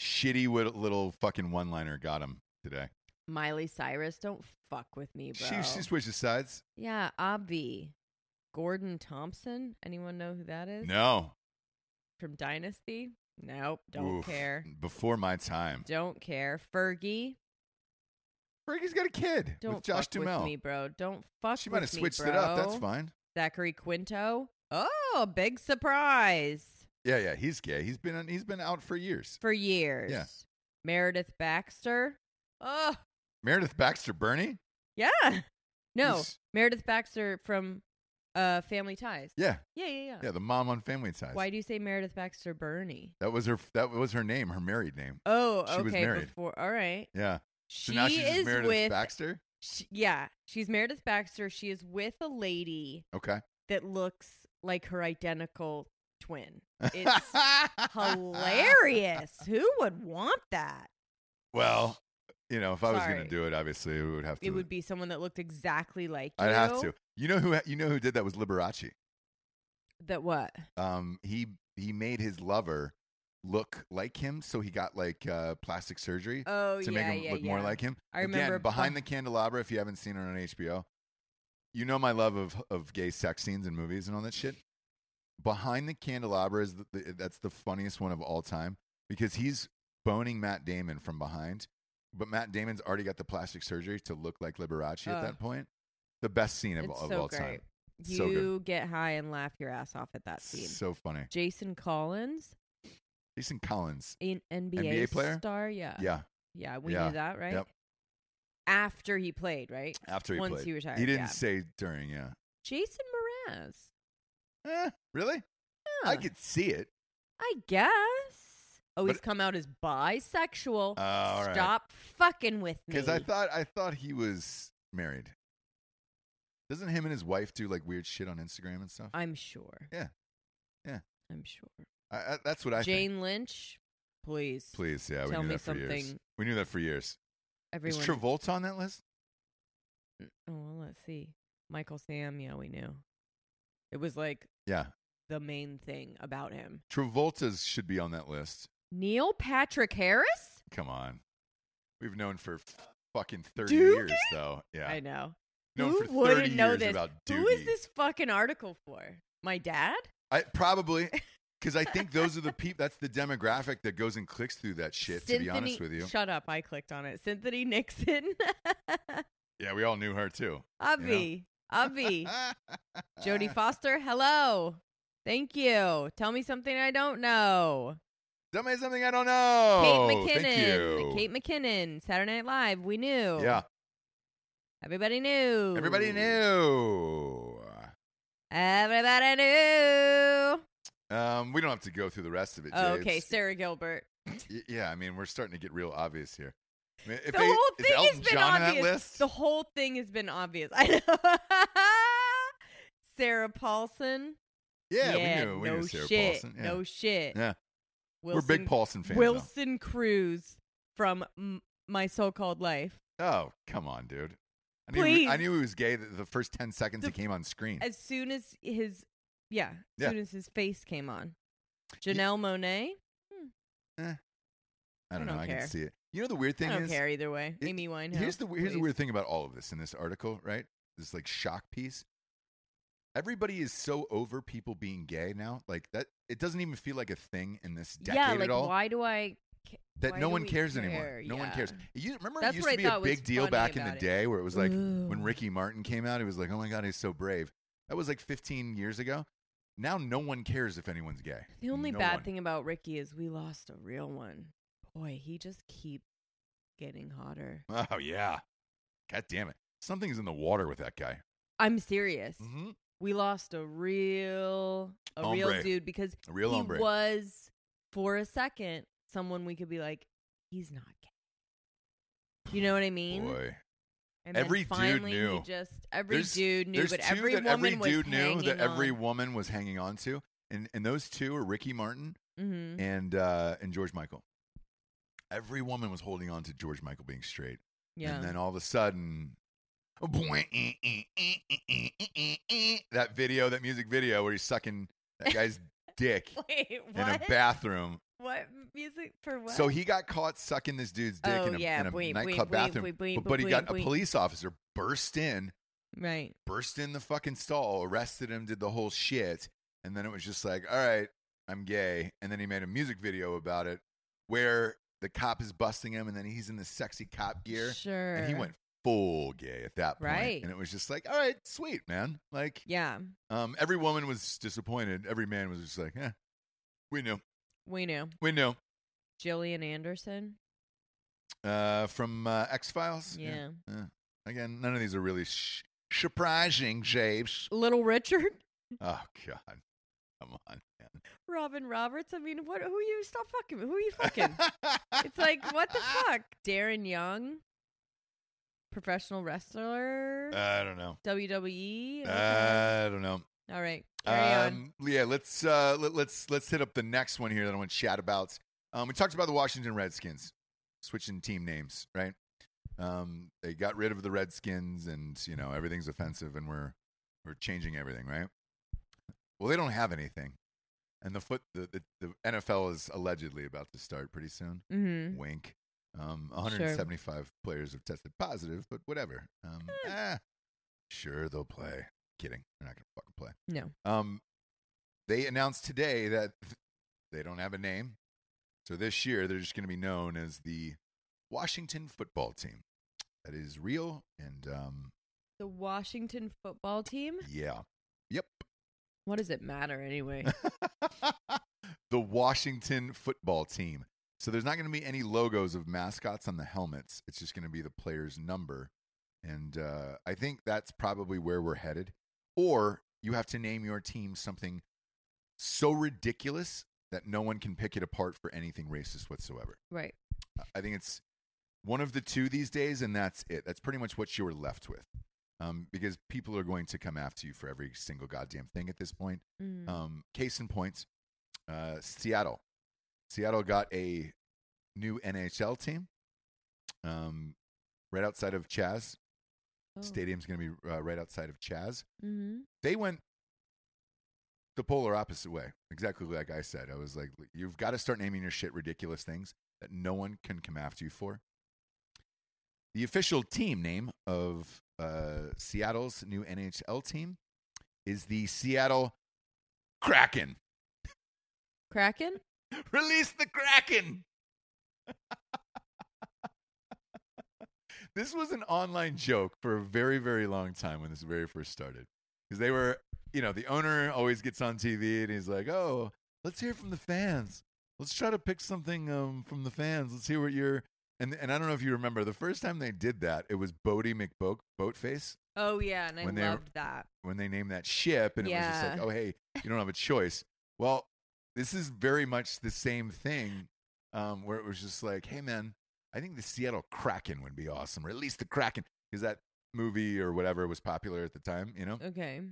Speaker 2: shitty wi- little fucking one liner got him today.
Speaker 3: Miley Cyrus, don't fuck with me, bro.
Speaker 2: She, she switches sides.
Speaker 3: yeah, Avi. Gordon Thompson. Anyone know who that is?
Speaker 2: No.
Speaker 3: From Dynasty? Nope. Don't
Speaker 2: Oof.
Speaker 3: care.
Speaker 2: Before my time.
Speaker 3: Don't care. Fergie.
Speaker 2: Fergie's got a kid
Speaker 3: Don't
Speaker 2: with Josh
Speaker 3: fuck
Speaker 2: Dumel.
Speaker 3: with me, bro. Don't fuck
Speaker 2: she
Speaker 3: with
Speaker 2: might have
Speaker 3: me,
Speaker 2: switched it up. That's
Speaker 3: bro.
Speaker 2: fine.
Speaker 3: Zachary Quinto. Oh, big surprise.
Speaker 2: Yeah, yeah. He's gay. He's been he's been out for years.
Speaker 3: For years. Meredith Baxter. Oh,
Speaker 2: Meredith Baxter Bernie.
Speaker 3: yeah. No.
Speaker 2: Who's-
Speaker 3: Meredith Baxter from uh Family Ties.
Speaker 2: Yeah,
Speaker 3: Yeah, yeah, yeah.
Speaker 2: yeah. The mom on Family Ties.
Speaker 3: Why do you say Meredith Baxter Bernie?
Speaker 2: That was her. That was her name. Her married name.
Speaker 3: Oh,
Speaker 2: She
Speaker 3: okay.
Speaker 2: was married.
Speaker 3: Before, all right.
Speaker 2: Yeah. So
Speaker 3: She
Speaker 2: now she's just
Speaker 3: is
Speaker 2: Meredith
Speaker 3: with.
Speaker 2: Baxter.
Speaker 3: sh- yeah, she's Meredith Baxter. She is with a lady
Speaker 2: Okay.
Speaker 3: that looks like her identical twin.
Speaker 2: [laughs]
Speaker 3: It's hilarious. Who would want that?
Speaker 2: Well, you know, if I was going to
Speaker 3: Sorry.
Speaker 2: do it, obviously it would have to.
Speaker 3: It would be someone that looked exactly like you.
Speaker 2: I'd have to. You know who? You know who did that was Liberace.
Speaker 3: That what?
Speaker 2: Um, he he made his lover look like him, so he got like uh, plastic surgery.
Speaker 3: Oh
Speaker 2: to
Speaker 3: yeah,
Speaker 2: make him
Speaker 3: yeah,
Speaker 2: look
Speaker 3: yeah.
Speaker 2: more like him.
Speaker 3: I
Speaker 2: Again,
Speaker 3: remember
Speaker 2: behind the
Speaker 3: beh-
Speaker 2: candelabra. If you haven't seen it on HBO, you know my love of of gay sex scenes and movies and all that shit. Behind the candelabra is the, the, that's the funniest one of all time because he's boning Matt Damon from behind, but Matt Damon's already got the plastic surgery to look like Liberace at
Speaker 3: Ugh.
Speaker 2: that point. The best scene of,
Speaker 3: It's
Speaker 2: of
Speaker 3: so
Speaker 2: all
Speaker 3: great.
Speaker 2: time.
Speaker 3: You
Speaker 2: So good.
Speaker 3: get high and laugh your ass off at that scene.
Speaker 2: So funny.
Speaker 3: Jason Collins,
Speaker 2: Jason Collins.
Speaker 3: an NBA,
Speaker 2: NBA player?
Speaker 3: star, yeah,
Speaker 2: Yeah,
Speaker 3: yeah, we
Speaker 2: Yeah.
Speaker 3: knew that, right?
Speaker 2: Yep.
Speaker 3: After he played, right?
Speaker 2: after he
Speaker 3: Once
Speaker 2: played,
Speaker 3: he retired,
Speaker 2: he didn't
Speaker 3: yeah.
Speaker 2: say during. Yeah,
Speaker 3: Jason Mraz.
Speaker 2: Eh, really?
Speaker 3: Yeah,
Speaker 2: I could see it.
Speaker 3: I guess.
Speaker 2: But-
Speaker 3: Oh, he's come out as bisexual.
Speaker 2: Oh, all right.
Speaker 3: Stop fucking with me.
Speaker 2: Because I thought I thought he was married. Doesn't him and his wife do like weird shit on Instagram and stuff?
Speaker 3: I'm sure.
Speaker 2: Yeah. Yeah.
Speaker 3: I'm sure.
Speaker 2: I, I, that's what I think.
Speaker 3: Jane Lynch, please.
Speaker 2: Please, yeah, we
Speaker 3: tell
Speaker 2: knew
Speaker 3: me
Speaker 2: that for years.
Speaker 3: something.
Speaker 2: We knew that for years.
Speaker 3: Everyone.
Speaker 2: Is Travolta on that list?
Speaker 3: oh, well, let's see. Michael Sam, yeah, we knew. It was like
Speaker 2: Yeah,
Speaker 3: the main thing about him.
Speaker 2: Travolta's should be on that list.
Speaker 3: Neil Patrick Harris?
Speaker 2: Come on, we've known for fucking thirty
Speaker 3: Doogie?
Speaker 2: years, though. Yeah,
Speaker 3: I know.
Speaker 2: known
Speaker 3: Who
Speaker 2: for thirty
Speaker 3: wouldn't know
Speaker 2: years
Speaker 3: this?
Speaker 2: about Doogie.
Speaker 3: Who is this fucking article for? My dad?
Speaker 2: I
Speaker 3: [laughs]
Speaker 2: probably because I think those are the people. That's the demographic that goes and clicks through that shit. to be honest with you,
Speaker 3: Shut up. I clicked on it. Cynthia Nixon. [laughs]
Speaker 2: yeah, we all knew her too.
Speaker 3: Avi.
Speaker 2: [laughs]
Speaker 3: Avi. Jodie Foster. Hello. Thank you. Tell me something I don't know.
Speaker 2: Tell me something I don't know.
Speaker 3: Kate McKinnon.
Speaker 2: Oh, Thank you.
Speaker 3: Kate McKinnon. Saturday Night Live. We knew.
Speaker 2: Yeah,
Speaker 3: Everybody knew.
Speaker 2: everybody knew.
Speaker 3: Everybody knew.
Speaker 2: Um, we don't have to go through the rest of it.
Speaker 3: Oh,
Speaker 2: Jay.
Speaker 3: okay,
Speaker 2: It's-
Speaker 3: Sarah Gilbert.
Speaker 2: Y- Yeah, I mean, we're starting to get real obvious here. I mean, if
Speaker 3: the
Speaker 2: they-
Speaker 3: whole
Speaker 2: is
Speaker 3: thing
Speaker 2: Elton
Speaker 3: has been
Speaker 2: John on
Speaker 3: obvious.
Speaker 2: that list?
Speaker 3: The whole thing has been obvious. [laughs] I know. Sarah Paulson.
Speaker 2: yeah, we knew. We
Speaker 3: no
Speaker 2: knew Sarah
Speaker 3: shit.
Speaker 2: Paulson. Yeah.
Speaker 3: No shit.
Speaker 2: Yeah.
Speaker 3: Wilson,
Speaker 2: we're big Paulson fans. though.
Speaker 3: Wilson Cruz from M- My So-Called Life.
Speaker 2: Oh, come on, dude. I knew,
Speaker 3: Please.
Speaker 2: I knew he was gay the, the first 10 seconds he
Speaker 3: The-
Speaker 2: came on screen.
Speaker 3: As soon as his, yeah, as
Speaker 2: Yeah.
Speaker 3: soon as his face came on. Janelle Monet.
Speaker 2: I don't
Speaker 3: I
Speaker 2: know.
Speaker 3: don't
Speaker 2: I can
Speaker 3: care.
Speaker 2: see it. You know, the weird
Speaker 3: I
Speaker 2: thing
Speaker 3: don't
Speaker 2: is.
Speaker 3: care either way.
Speaker 2: it-
Speaker 3: Amy Winehouse.
Speaker 2: Here's the, here's the
Speaker 3: please.
Speaker 2: weird thing about all of this in this article, right? This like shock piece. Everybody is so over people being gay now. Like that, it doesn't even feel like a thing in this decade
Speaker 3: yeah, like
Speaker 2: at all.
Speaker 3: why do I? ca-
Speaker 2: that
Speaker 3: why
Speaker 2: no
Speaker 3: do
Speaker 2: one
Speaker 3: we
Speaker 2: cares
Speaker 3: care?
Speaker 2: anymore. No one
Speaker 3: Yeah.
Speaker 2: cares. It used- remember,
Speaker 3: That's
Speaker 2: it used
Speaker 3: what
Speaker 2: to
Speaker 3: I
Speaker 2: be a
Speaker 3: thought was
Speaker 2: big deal
Speaker 3: funny
Speaker 2: back in the
Speaker 3: about it.
Speaker 2: day where it was like when
Speaker 3: Ooh.
Speaker 2: Ricky Martin came out, it was like, oh my God, he's so brave. That was like 15 years ago. Now no one cares if anyone's gay.
Speaker 3: The only
Speaker 2: No
Speaker 3: bad
Speaker 2: one.
Speaker 3: thing about Ricky is we lost a real one. Boy, he just keeps getting hotter.
Speaker 2: Oh yeah. God damn it. Something's in the water with that guy.
Speaker 3: I'm serious.
Speaker 2: Mm-hmm.
Speaker 3: We lost a real a
Speaker 2: Hombre.
Speaker 3: real dude because
Speaker 2: A real
Speaker 3: he
Speaker 2: hombre.
Speaker 3: was for a second someone we could be like, he's not gay. You know what I mean?
Speaker 2: Boy.
Speaker 3: And then
Speaker 2: Every dude
Speaker 3: finally he
Speaker 2: knew.
Speaker 3: Just every
Speaker 2: There's-
Speaker 3: dude knew,
Speaker 2: There's
Speaker 3: but
Speaker 2: two
Speaker 3: every
Speaker 2: that
Speaker 3: woman
Speaker 2: every
Speaker 3: was
Speaker 2: dude knew that
Speaker 3: hanging
Speaker 2: every
Speaker 3: on.
Speaker 2: woman was hanging on to. And and those two are Ricky Martin
Speaker 3: Mhm.
Speaker 2: and uh and George Michael. Every woman was holding on to George Michael being straight.
Speaker 3: Yeah.
Speaker 2: And then all of a sudden, that video, that music video where he's sucking that
Speaker 3: [laughs]
Speaker 2: guy's dick
Speaker 3: [laughs] Wait,
Speaker 2: in a
Speaker 3: what?
Speaker 2: bathroom.
Speaker 3: what music for what?
Speaker 2: So he got caught sucking this dude's dick
Speaker 3: Oh,
Speaker 2: in a,
Speaker 3: yeah,
Speaker 2: in a
Speaker 3: bleep,
Speaker 2: nightclub
Speaker 3: bleep, bleep,
Speaker 2: bathroom.
Speaker 3: bleep, bleep,
Speaker 2: but, but he
Speaker 3: bleep,
Speaker 2: got a
Speaker 3: bleep.
Speaker 2: police officer burst in,
Speaker 3: right.
Speaker 2: burst in the fucking stall, arrested him, did the whole shit. And then it was just like, all right, I'm gay. And then he made a music video about it where the cop is busting him and then he's in the sexy cop gear.
Speaker 3: Sure.
Speaker 2: And he went full gay at that point.
Speaker 3: Right.
Speaker 2: And it was just like, all right, sweet, man. Like,
Speaker 3: Yeah,
Speaker 2: um, every woman was disappointed. Every man was just like, eh, we knew.
Speaker 3: we knew.
Speaker 2: We knew.
Speaker 3: Jillian Anderson.
Speaker 2: Uh, from uh, X Files.
Speaker 3: Yeah.
Speaker 2: Again, none of these are really sh- surprising, James.
Speaker 3: Little Richard. [laughs]
Speaker 2: Oh, God. Come on, man.
Speaker 3: Robin Roberts. I mean, what? Who are you? Stop fucking. Who are you fucking?
Speaker 2: [laughs]
Speaker 3: it's like what the fuck? Darren Young, professional wrestler,
Speaker 2: I don't know.
Speaker 3: WWE. Okay.
Speaker 2: I don't know.
Speaker 3: All right, carry on.
Speaker 2: uh, Um, yeah, let's uh, let, let's let's hit up the next one here that I want to chat about. Um, we talked about the Washington Redskins switching team names, right? Um, they got rid of the Redskins, and you know everything's offensive, and we're we're changing everything, right? Well, they don't have anything, and the foot the, the, the NFL is allegedly about to start pretty soon.
Speaker 3: Mm-hmm.
Speaker 2: Wink. Um,
Speaker 3: Sure.
Speaker 2: 175 players have tested positive, but whatever. Um,
Speaker 3: Hmm.
Speaker 2: ah, sure, they'll play. Kidding, they're not gonna fucking play.
Speaker 3: No.
Speaker 2: Um, they announced today that they don't have a name. So this year, they're just going to be known as the Washington football team. That is real. And um,
Speaker 3: The Washington football team.
Speaker 2: yeah. Yep.
Speaker 3: What does it
Speaker 2: [laughs]
Speaker 3: matter anyway?
Speaker 2: the Washington football team. So there's not going to be any logos of mascots on the helmets. It's just going to be the player's number. And uh, I think that's probably where we're headed. Or you have to name your team something so ridiculous that no one can pick it apart for anything racist whatsoever.
Speaker 3: right.
Speaker 2: I think it's one of the two these days, and that's it. That's pretty much what you were left with. Um, because people are going to come after you for every single goddamn thing at this point.
Speaker 3: Mm.
Speaker 2: Um, case in points, Uh, Seattle. Seattle got a new NHL team um, right outside of Chaz. Stadium's going to be uh, right outside of Chaz.
Speaker 3: Oh. Mm-hmm.
Speaker 2: They went the polar opposite way, exactly like I said. I was like, you've got to start naming your shit ridiculous things that no one can come after you for. The official team name of uh, Seattle's new NHL team is the Seattle Kraken.
Speaker 3: Kraken?
Speaker 2: [laughs] Release the Kraken. [laughs] this was an online joke for a very, very long time when this very first started. Because they were, you know, the owner always gets on TV and he's like, oh, let's hear from the fans. Let's try to pick something um, from the fans. Let's hear what you're. And, and I don't know if you remember the first time they did that, it was Bodie McBoat Boatface
Speaker 3: Oh yeah, and I
Speaker 2: When they were-
Speaker 3: loved that.
Speaker 2: when they named that ship, and it was just like,
Speaker 3: Yeah.
Speaker 2: oh hey, you don't have a choice. Well, this is very much the same thing, um, where it was just like, hey man, I think the Seattle Kraken would be awesome, or at least the Kraken, because that movie or whatever was popular at the time, you know.
Speaker 3: Okay.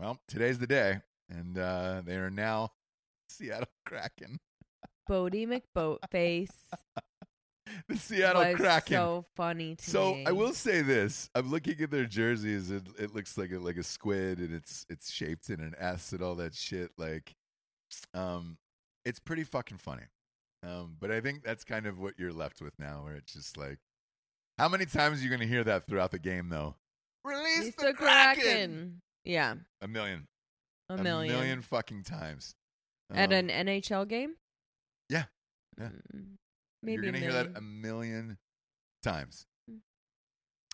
Speaker 2: Well, today's the day, and uh, they are now Seattle Kraken, [laughs]
Speaker 3: Bodie McBoatface.
Speaker 2: the Seattle
Speaker 3: was
Speaker 2: Kraken.
Speaker 3: So funny to
Speaker 2: So
Speaker 3: me.
Speaker 2: I will say this: I'm looking at their jerseys, and it looks like a, like a squid, and it's it's shaped in an S and all that shit. Like, um, it's pretty fucking funny. Um, but I think that's kind of what you're left with now, where it's just like, how many times are you going to hear that throughout the game, though? Release
Speaker 3: He's
Speaker 2: the,
Speaker 3: the
Speaker 2: Kraken!
Speaker 3: Kraken. Yeah,
Speaker 2: A million,
Speaker 3: a, million.
Speaker 2: fucking times.
Speaker 3: at
Speaker 2: Um,
Speaker 3: an NHL game.
Speaker 2: Yeah, yeah.
Speaker 3: Mm, Maybe
Speaker 2: you're
Speaker 3: a
Speaker 2: gonna hear
Speaker 3: million. Mm.
Speaker 2: that a million times.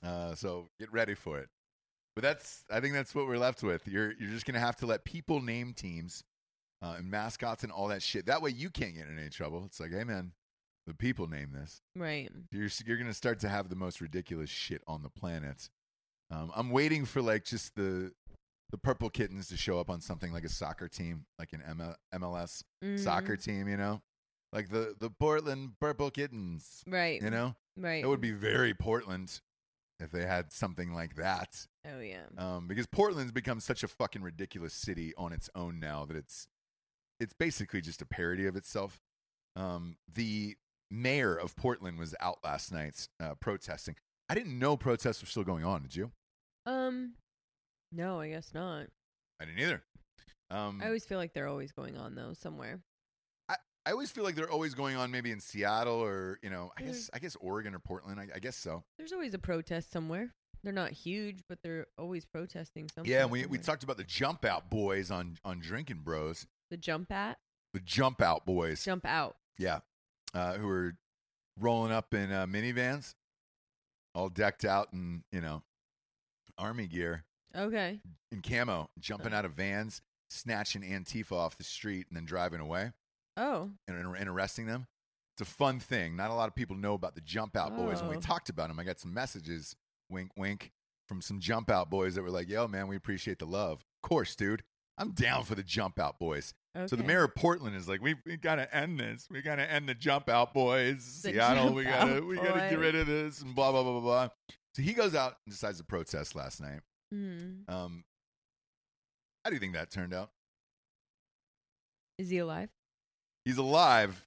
Speaker 2: Uh, so get ready for it. But that's I think that's what we're left with. You're you're just gonna have to let people name teams uh, and mascots and all that shit. That way you can't get in any trouble. It's like, hey man, the people name this.
Speaker 3: right.
Speaker 2: You're s- you're gonna start to have the most ridiculous shit on the planet. Um, I'm waiting for like just the the purple kittens to show up on something like a soccer team, like an ML- MLS
Speaker 3: Mhm.
Speaker 2: soccer team. You know, like the the Portland Purple Kittens.
Speaker 3: Mm-hmm, Right.
Speaker 2: You know,
Speaker 3: Right.
Speaker 2: it would be very Portland if they had something like that.
Speaker 3: Oh yeah.
Speaker 2: Um, because Portland's become such a fucking ridiculous city on its own now that it's it's basically just a parody of itself. Um, the mayor of Portland was out last night uh, protesting. I didn't know protests were still going on. Did you?
Speaker 3: Um. No, I guess not.
Speaker 2: I didn't either. Um,
Speaker 3: I always feel like they're always going on though somewhere.
Speaker 2: I always feel like they're always going on, maybe in Seattle or you know, I
Speaker 3: Yeah.
Speaker 2: guess I guess Oregon or Portland. I, I guess so.
Speaker 3: There's always a protest somewhere. They're not huge, but they're always protesting something.
Speaker 2: Yeah, and we we
Speaker 3: somewhere.
Speaker 2: talked about the jump out boys on on Drinking Bros.
Speaker 3: the jump at
Speaker 2: The jump out boys.
Speaker 3: jump out.
Speaker 2: Yeah. Uh, who were rolling up in uh, minivans, all decked out in, you know, army gear,
Speaker 3: Okay.
Speaker 2: in camo, jumping out of vans, snatching Antifa off the street, and then driving away
Speaker 3: Oh.
Speaker 2: and, and, and arresting them. It's a fun thing. Not a lot of people know about the jump out boys. When we
Speaker 3: Oh.
Speaker 2: talked about them, I got some messages, wink, wink, from some jump out boys that were like, yo, man, we appreciate the love. Of course, dude. I'm down for the jump out boys.
Speaker 3: Okay.
Speaker 2: So the mayor of Portland is like, we we gotta end this. We gotta end the jump out, boys.
Speaker 3: The
Speaker 2: Seattle,
Speaker 3: jump
Speaker 2: we gotta
Speaker 3: out
Speaker 2: we gotta get
Speaker 3: boys.
Speaker 2: rid of this and blah blah blah blah blah. So he goes out and decides to protest last night.
Speaker 3: Mhm.
Speaker 2: Um, how do you think that turned out?
Speaker 3: Is
Speaker 2: [laughs]
Speaker 3: he alive?
Speaker 2: Oh, He's alive,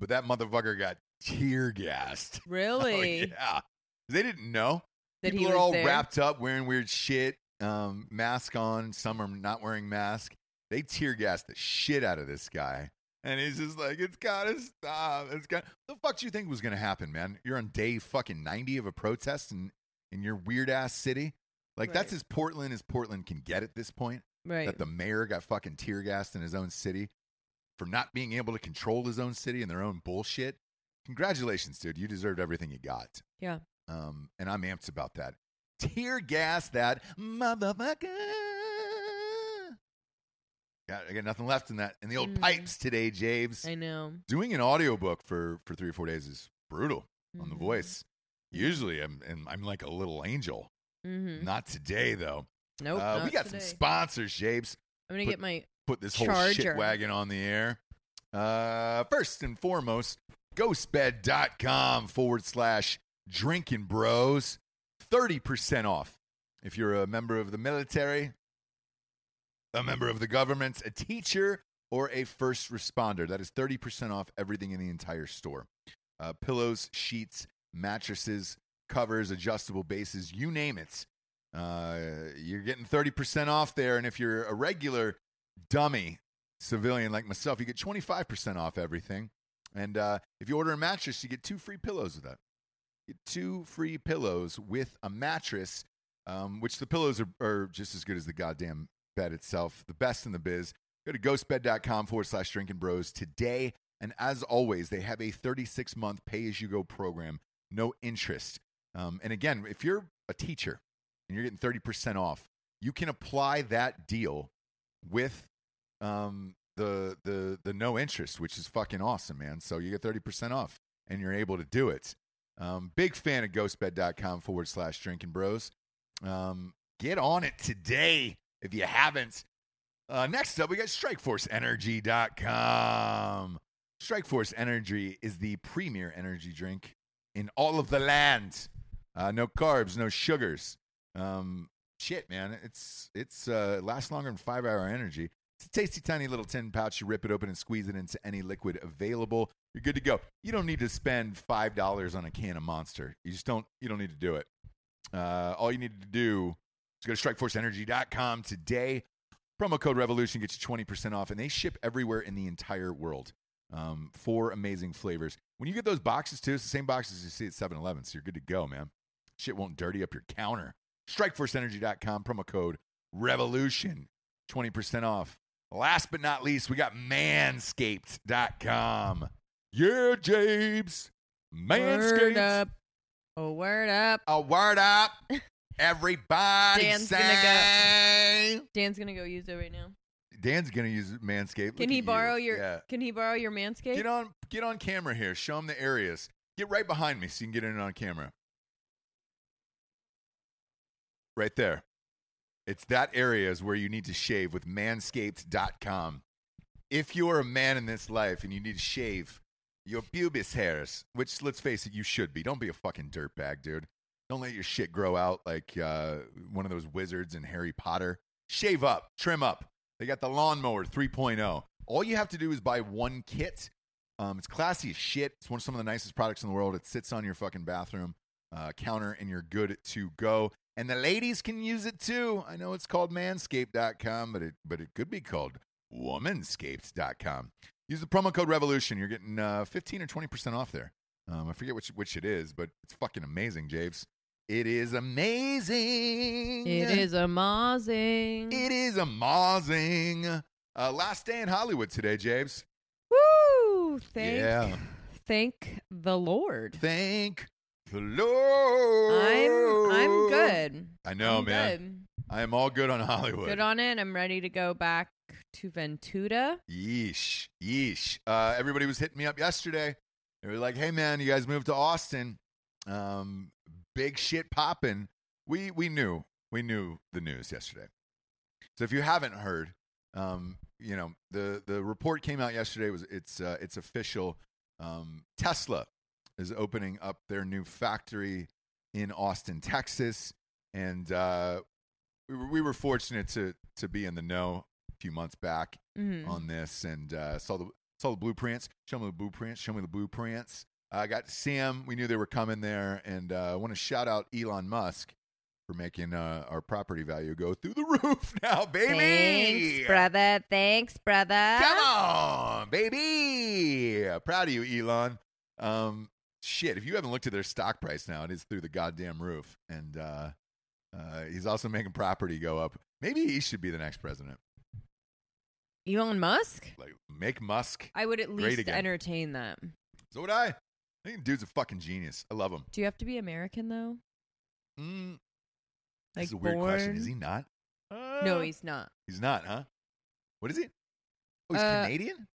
Speaker 2: but that motherfucker got tear gassed. [laughs] Oh,
Speaker 3: Really?
Speaker 2: yeah, they didn't know.
Speaker 3: That
Speaker 2: People
Speaker 3: he
Speaker 2: are
Speaker 3: was
Speaker 2: all
Speaker 3: there?
Speaker 2: wrapped up, wearing weird shit, um, mask on. Some are not wearing mask. They tear gas the shit out of this guy, and he's just like, "It's gotta stop. It's got." The fuck do you think was gonna happen, man? You're on day fucking ninety of a protest in in your weird ass city. Like that's
Speaker 3: Right.
Speaker 2: as Portland as Portland can get at this point.
Speaker 3: Right.
Speaker 2: That the mayor got fucking tear gassed in his own city for not being able to control his own city and their own bullshit. Congratulations, dude. You deserved everything you got.
Speaker 3: yeah.
Speaker 2: Um, and I'm amped about that. Tear gas that motherfucker. Got, I got nothing left in that. In the old
Speaker 3: Mm.
Speaker 2: pipes today, James.
Speaker 3: I know.
Speaker 2: Doing an audiobook for, for three or four days is brutal on the
Speaker 3: Mhm.
Speaker 2: voice. Usually I'm, and I'm like a little angel.
Speaker 3: Mhm.
Speaker 2: Not today, though.
Speaker 3: Nope.
Speaker 2: Uh, we
Speaker 3: not
Speaker 2: got
Speaker 3: today.
Speaker 2: some sponsors, James.
Speaker 3: I'm gonna
Speaker 2: put-
Speaker 3: get my
Speaker 2: Put this whole shit
Speaker 3: Charger.
Speaker 2: wagon on the air. Uh, first and foremost, ghostbed.com forward slash drinking bros. 30% off if you're a member of the military, a member of the government, a teacher, or a first responder. That is 30% off everything in the entire store uh, pillows, sheets, mattresses, covers, adjustable bases, you name it. Uh, you're getting 30% off there. And if you're a regular dummy civilian like myself, you get 25% off everything. And uh, if you order a mattress, you get two free pillows with that. You get two free pillows with a mattress, um, which the pillows are, are just as good as the goddamn bed itself, the best in the biz. Go to ghostbed.com forward slash drinking bros today. And as always, they have a 36 month pay as you go program, no interest. Um, and again, if you're a teacher and you're getting 30% off, you can apply that deal with um, the, the, the no interest, which is fucking awesome, man. So you get 30% off and you're able to do it. Um, big fan of ghostbed.com forward slash drinking bros. Um, get on it today if you haven't. Uh, next up, we got StrikeforceEnergy.com. Strikeforce Energy is the premier energy drink in all of the land. Uh, no carbs, no sugars. Um, shit, man, it's it's uh, lasts longer than five hour energy. It's a tasty, tiny little tin pouch. You rip it open and squeeze it into any liquid available. You're good to go. You don't need to spend five dollars on a can of Monster. You just don't. You don't need to do it. Uh, all you need to do is go to strikeforceenergy.com today. Promo code Revolution gets you 20% off, and they ship everywhere in the entire world. Um, four amazing flavors. When you get those boxes, too, it's the same boxes you see at 7 Eleven, so you're good to go, man. Shit won't dirty up your counter. StrikeforceEnergy.com, promo code Revolution, 20% off. Last but not least, we got manscaped.com. Yeah, James.
Speaker 3: Word
Speaker 2: Manscaped.
Speaker 3: up. Oh, word up.
Speaker 2: A word
Speaker 3: [laughs]
Speaker 2: up. Everybody
Speaker 3: Dan's
Speaker 2: say.
Speaker 3: gonna Dan's gonna go use it right now.
Speaker 2: Dan's gonna use Manscaped. Look
Speaker 3: Can he
Speaker 2: at you.
Speaker 3: borrow your?
Speaker 2: Yeah.
Speaker 3: Can he borrow your manscape?
Speaker 2: Get on, get on camera here. Show him the areas. Get right behind me so you can get in on camera. Right there. It's that area is where you need to shave with manscaped.com. If you're a man in this life and you need to shave your pubis hairs, which let's face it, you should be. Don't be a fucking dirtbag, dude. Don't let your shit grow out like uh, one of those wizards in Harry Potter. Shave up, trim up. They got the lawnmower 3.0. All you have to do is buy one kit. Um, it's classy as shit. It's one of some of the nicest products in the world. It sits on your fucking bathroom uh, counter and you're good to go. And the ladies can use it too. I know it's called manscaped.com, but it, but it could be called womanscaped.com. Use the promo code revolution. You're getting uh, 15 or 20% off there. Um, I forget which, which it is, but it's fucking amazing, Javes. It is amazing.
Speaker 3: It is amazing.
Speaker 2: It is amazing. Uh, last day in Hollywood today, James.
Speaker 3: Woo! Thank,
Speaker 2: Yeah.
Speaker 3: thank the Lord.
Speaker 2: Thank the Lord.
Speaker 3: I'm I'm good.
Speaker 2: I know,
Speaker 3: I'm
Speaker 2: man. I am all good on Hollywood.
Speaker 3: Good. Good on it. I'm ready to go back to Ventura.
Speaker 2: yeesh, yeesh. Uh, everybody was hitting me up yesterday. They were like, "Hey, man, you guys moved to Austin. Um, big shit popping." We we knew we knew the news yesterday. So if you haven't heard, um, you know the the report came out yesterday. It was it's uh, it's official. Um, Tesla is opening up their new factory in Austin, Texas, and uh, we were, we were fortunate to to be in the know a few months back
Speaker 3: Mhm.
Speaker 2: on this and uh, saw the saw the blueprints. Show me the blueprints. Show me the blueprints. I got to see 'em. We knew they were coming there, and uh, I want to shout out Elon Musk for making uh, our property value go through the [laughs] roof now, baby.
Speaker 3: Thanks, brother. Thanks, brother.
Speaker 2: Come on, baby. Proud of you, Elon. Um, shit, if you haven't looked at their stock price now, it is through the goddamn roof, and uh, uh, he's also making property go up. Maybe he should be the next president.
Speaker 3: Elon Musk.
Speaker 2: Like, make Musk
Speaker 3: I would at
Speaker 2: Great
Speaker 3: least
Speaker 2: again.
Speaker 3: entertain that.
Speaker 2: So would I. I think the dude's a fucking genius. I love him.
Speaker 3: Do you have to be American though?
Speaker 2: Mm,
Speaker 3: Like
Speaker 2: this is a weird question.
Speaker 3: born?
Speaker 2: Is he not? Uh,
Speaker 3: No, he's not.
Speaker 2: he's not, huh? What is he? Oh, he's
Speaker 3: Uh,
Speaker 2: Canadian.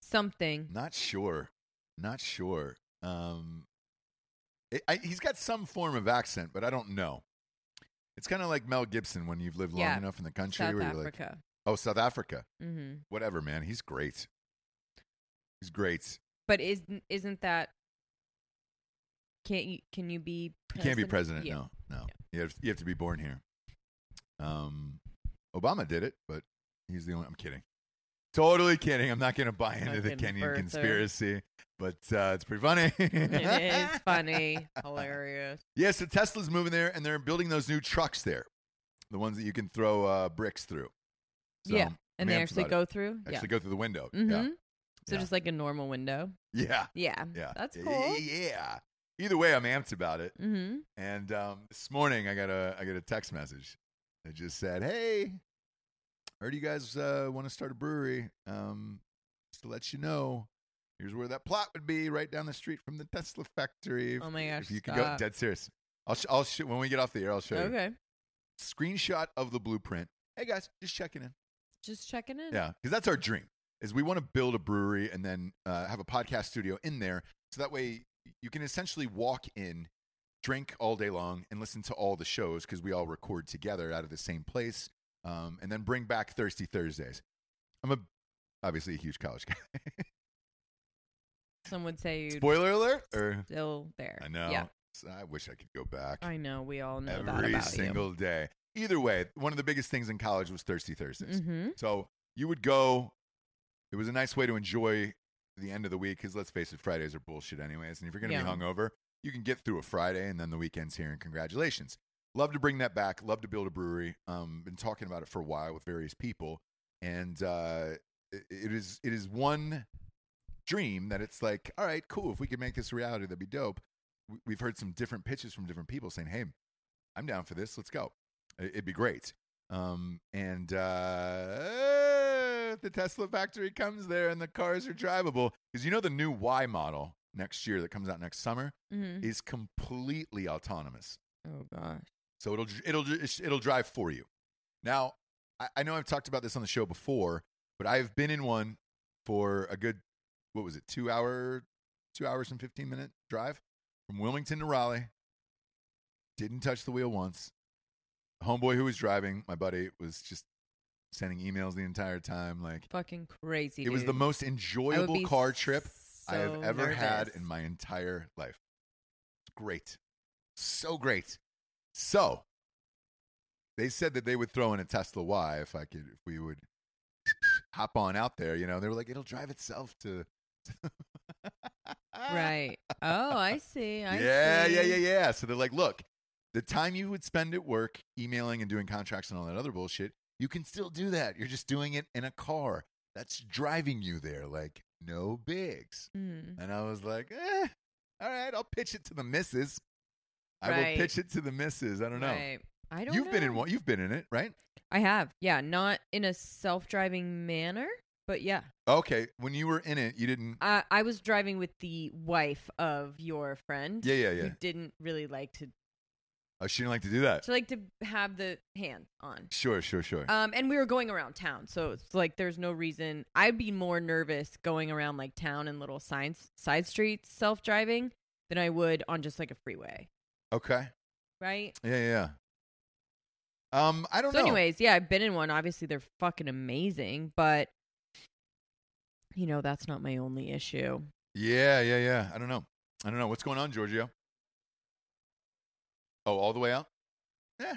Speaker 3: Something.
Speaker 2: Not sure. Not sure. Um, it, I, he's got some form of accent, but I don't know. It's kind of like Mel Gibson when you've lived long
Speaker 3: Yeah.
Speaker 2: enough in the country
Speaker 3: South
Speaker 2: where you're like,
Speaker 3: Africa.
Speaker 2: oh, South Africa,
Speaker 3: hmm
Speaker 2: whatever, man. He's great. He's great.
Speaker 3: But is isn't that? Can't you? Can you be?
Speaker 2: You can't be president.
Speaker 3: Yeah.
Speaker 2: No, no. You, have, you have to be born here. Um, Obama did it, but he's the only. I'm kidding. Totally kidding. I'm not going to buy into the
Speaker 3: Fucking
Speaker 2: Kenyan
Speaker 3: birther.
Speaker 2: conspiracy, but uh, it's pretty funny.
Speaker 3: it
Speaker 2: [laughs]
Speaker 3: is funny, hilarious.
Speaker 2: Yeah, so Tesla's moving there, and they're building those new trucks there, the ones that you can throw uh, bricks through. So,
Speaker 3: Yeah,
Speaker 2: I'm
Speaker 3: And they
Speaker 2: amped
Speaker 3: actually
Speaker 2: about
Speaker 3: go
Speaker 2: it.
Speaker 3: through.
Speaker 2: actually go through the window.
Speaker 3: yeah. hmm
Speaker 2: Yeah,
Speaker 3: So
Speaker 2: Yeah.
Speaker 3: just like a normal window.
Speaker 2: yeah,
Speaker 3: Yeah.
Speaker 2: yeah.
Speaker 3: That's
Speaker 2: Yeah, Yeah,
Speaker 3: cool.
Speaker 2: yeah, yeah. Either way, I'm amped about it.
Speaker 3: Mm-hmm.
Speaker 2: And um, this morning, I got a I got a text message that just said, "Hey, heard you guys uh, want to start a brewery. Um, just to let you know, here's where that plot would be, right down the street from the Tesla factory. If-
Speaker 3: Oh my gosh.
Speaker 2: if you could go,
Speaker 3: stop.
Speaker 2: dead serious. I'll sh- I'll sh- when we get off the air, I'll show you.
Speaker 3: Okay.
Speaker 2: screenshot of the blueprint. Hey guys, just checking in.
Speaker 3: Just checking in.
Speaker 2: Yeah, because that's our dream. Is we want to build a brewery and then uh, have a podcast studio in there, so that way you can essentially walk in, drink all day long, and listen to all the shows because we all record together out of the same place, um, and then bring back Thirsty Thursdays. I'm a obviously a huge college guy.
Speaker 3: Some would say you
Speaker 2: Spoiler alert! Or
Speaker 3: still there.
Speaker 2: I know.
Speaker 3: Yeah.
Speaker 2: So I wish I could go back.
Speaker 3: I know. We all know that
Speaker 2: every
Speaker 3: about
Speaker 2: single day. Either way, one of the biggest things in college was Thirsty Thursdays.
Speaker 3: you. Mm-hmm.
Speaker 2: So you would go. It was a nice way to enjoy the end of the week because let's face it, Fridays are bullshit anyways. And if you're going to
Speaker 3: Yeah.
Speaker 2: be hungover, you can get through a Friday and then the weekend's here. And congratulations. Love to bring that back. Love to build a brewery. Um, been talking about it for a while with various people, and uh, it, it is it is one dream that it's like, all right, cool. If we could make this a reality, that'd be dope. We- We've heard some different pitches from different people saying, hey, I'm down for this. Let's go. I- It'd be great. Um, and uh, the Tesla factory comes there and the cars are drivable. Because you know, the new Y model next year that comes out next summer
Speaker 3: Mm-hmm.
Speaker 2: is completely autonomous.
Speaker 3: Oh gosh.
Speaker 2: So it'll it'll it'll drive for you. Now, I, I know I've talked about this on the show before, but I've been in one for a good what was it two hour two hours and fifteen minute drive from Wilmington to Raleigh. Didn't touch the wheel once. Homeboy who was driving, my buddy, was just sending emails the entire time. Like
Speaker 3: Fucking crazy.
Speaker 2: it was the
Speaker 3: dude.
Speaker 2: most
Speaker 3: I would
Speaker 2: enjoyable
Speaker 3: be
Speaker 2: car trip I have
Speaker 3: so
Speaker 2: ever had
Speaker 3: nervous.
Speaker 2: in my entire life. It's great. So great. So they said that they would throw in a Tesla Y if I could if we would [laughs] hop on out there, you know. They were like, it'll drive itself to [laughs]
Speaker 3: Right. Oh, I see. I
Speaker 2: yeah,
Speaker 3: see.
Speaker 2: yeah, yeah, yeah. So they're like, look, the time you would spend at work emailing and doing contracts and all that other bullshit, you can still do that. You're just doing it in a car that's driving you there. Like, no bigs.
Speaker 3: Mm.
Speaker 2: And I was like, eh, all right, I'll pitch it to the missus. I will
Speaker 3: Right.
Speaker 2: pitch it to the missus. I don't know.
Speaker 3: Right. I don't
Speaker 2: you've been in
Speaker 3: know.
Speaker 2: one. You've been in it, right?
Speaker 3: I have. Yeah, not in a self-driving manner, but yeah.
Speaker 2: Okay. When you were in it, you didn't.
Speaker 3: I I was driving with the wife of your friend.
Speaker 2: yeah, yeah,
Speaker 3: Who
Speaker 2: yeah.
Speaker 3: didn't really like to
Speaker 2: Oh, she didn't like to do that.
Speaker 3: to like to have the hand on.
Speaker 2: Sure, sure, sure.
Speaker 3: Um, and we were going around town, so it's like there's no reason I'd be more nervous going around like town and little signs, side streets, self driving than I would on just like a freeway,
Speaker 2: okay.
Speaker 3: right?
Speaker 2: Yeah, yeah. yeah. Um, I don't
Speaker 3: So,
Speaker 2: know.
Speaker 3: anyways, yeah, I've been in one. Obviously, they're fucking amazing, but you know that's not my only issue.
Speaker 2: Yeah, yeah, yeah. I don't know. I don't know what's going on, Giorgio. Oh, all the way out. Yeah.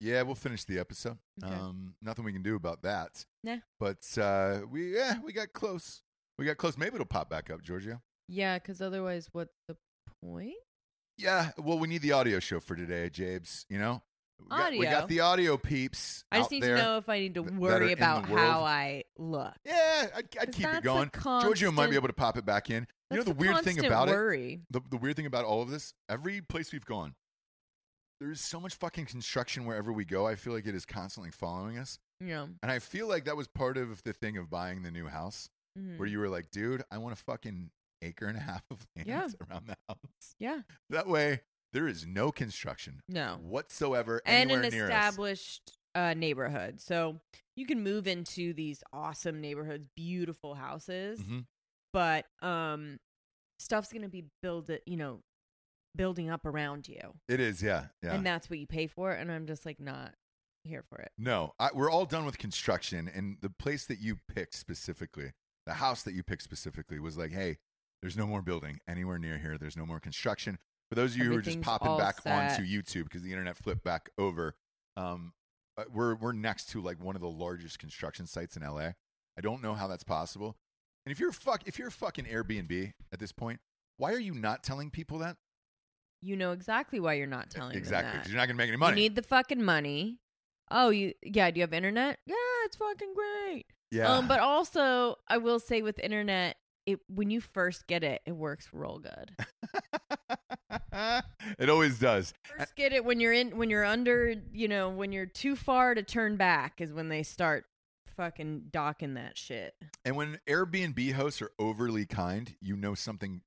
Speaker 2: Yeah, we'll finish the episode.
Speaker 3: Okay.
Speaker 2: Um, nothing we can do about that.
Speaker 3: Nah.
Speaker 2: But uh, we yeah we got close. We got close. Maybe it'll pop back up, Giorgio.
Speaker 3: Yeah, because otherwise, what's the point?
Speaker 2: Yeah. Well, we need the audio show for today, Jabes. You know. We got, we
Speaker 3: Audio?
Speaker 2: got the audio peeps.
Speaker 3: I just
Speaker 2: out
Speaker 3: need
Speaker 2: there.
Speaker 3: to know if I need to
Speaker 2: th- that are in
Speaker 3: worry
Speaker 2: the
Speaker 3: about
Speaker 2: world.
Speaker 3: how I look.
Speaker 2: Yeah, I'd, I'd
Speaker 3: 'Cause
Speaker 2: keep
Speaker 3: that's
Speaker 2: it
Speaker 3: a
Speaker 2: going. Giorgio might be
Speaker 3: constant-
Speaker 2: able to pop it back in. You know
Speaker 3: That's
Speaker 2: the
Speaker 3: a
Speaker 2: weird thing
Speaker 3: constant
Speaker 2: about it.
Speaker 3: worry.
Speaker 2: the, the weird thing about all of this, every place we've gone, there is so much fucking construction wherever we go. I feel like it is constantly following us.
Speaker 3: Yeah.
Speaker 2: And I feel like that was part of the thing of buying the new house
Speaker 3: Mhm.
Speaker 2: where you were like, dude, I want a fucking acre and a half of land
Speaker 3: Yeah.
Speaker 2: [laughs] around the house.
Speaker 3: Yeah.
Speaker 2: That way, there is no construction
Speaker 3: No.
Speaker 2: whatsoever
Speaker 3: and
Speaker 2: anywhere
Speaker 3: an
Speaker 2: near us.
Speaker 3: established uh, neighborhood. So you can move into these awesome neighborhoods, beautiful houses,
Speaker 2: Mhm.
Speaker 3: but um, stuff's going to be built, you know, building up around you,
Speaker 2: It is, yeah. Yeah.
Speaker 3: and that's what you pay for. And I'm just like not here for it.
Speaker 2: No, I, we're all done with construction, and the place that you picked specifically, the house that you picked specifically, was like, hey, there's no more building anywhere near here. There's no more construction. For those of you who are just
Speaker 3: Everything's
Speaker 2: popping
Speaker 3: all
Speaker 2: back
Speaker 3: set.
Speaker 2: onto YouTube because the internet flipped back over, um, uh, we're we're next to like one of the largest construction sites in LA. I don't know how that's possible. And if you're fuck if you're fucking Airbnb at this point, why are you not telling people that?
Speaker 3: You know exactly why you're not telling them
Speaker 2: E, exactly,
Speaker 3: that.
Speaker 2: 'cause you're not gonna make any money.
Speaker 3: You need the fucking money. Oh, you yeah, do you have internet? Yeah, it's fucking great.
Speaker 2: yeah,
Speaker 3: Um, but also I will say with internet, it when you first get it, it works real good.
Speaker 2: [laughs] it always does.
Speaker 3: First get it when you're in when you're under, you know, when you're too far to turn back is when they start fucking docking that shit.
Speaker 2: And when Airbnb hosts are overly kind, you know something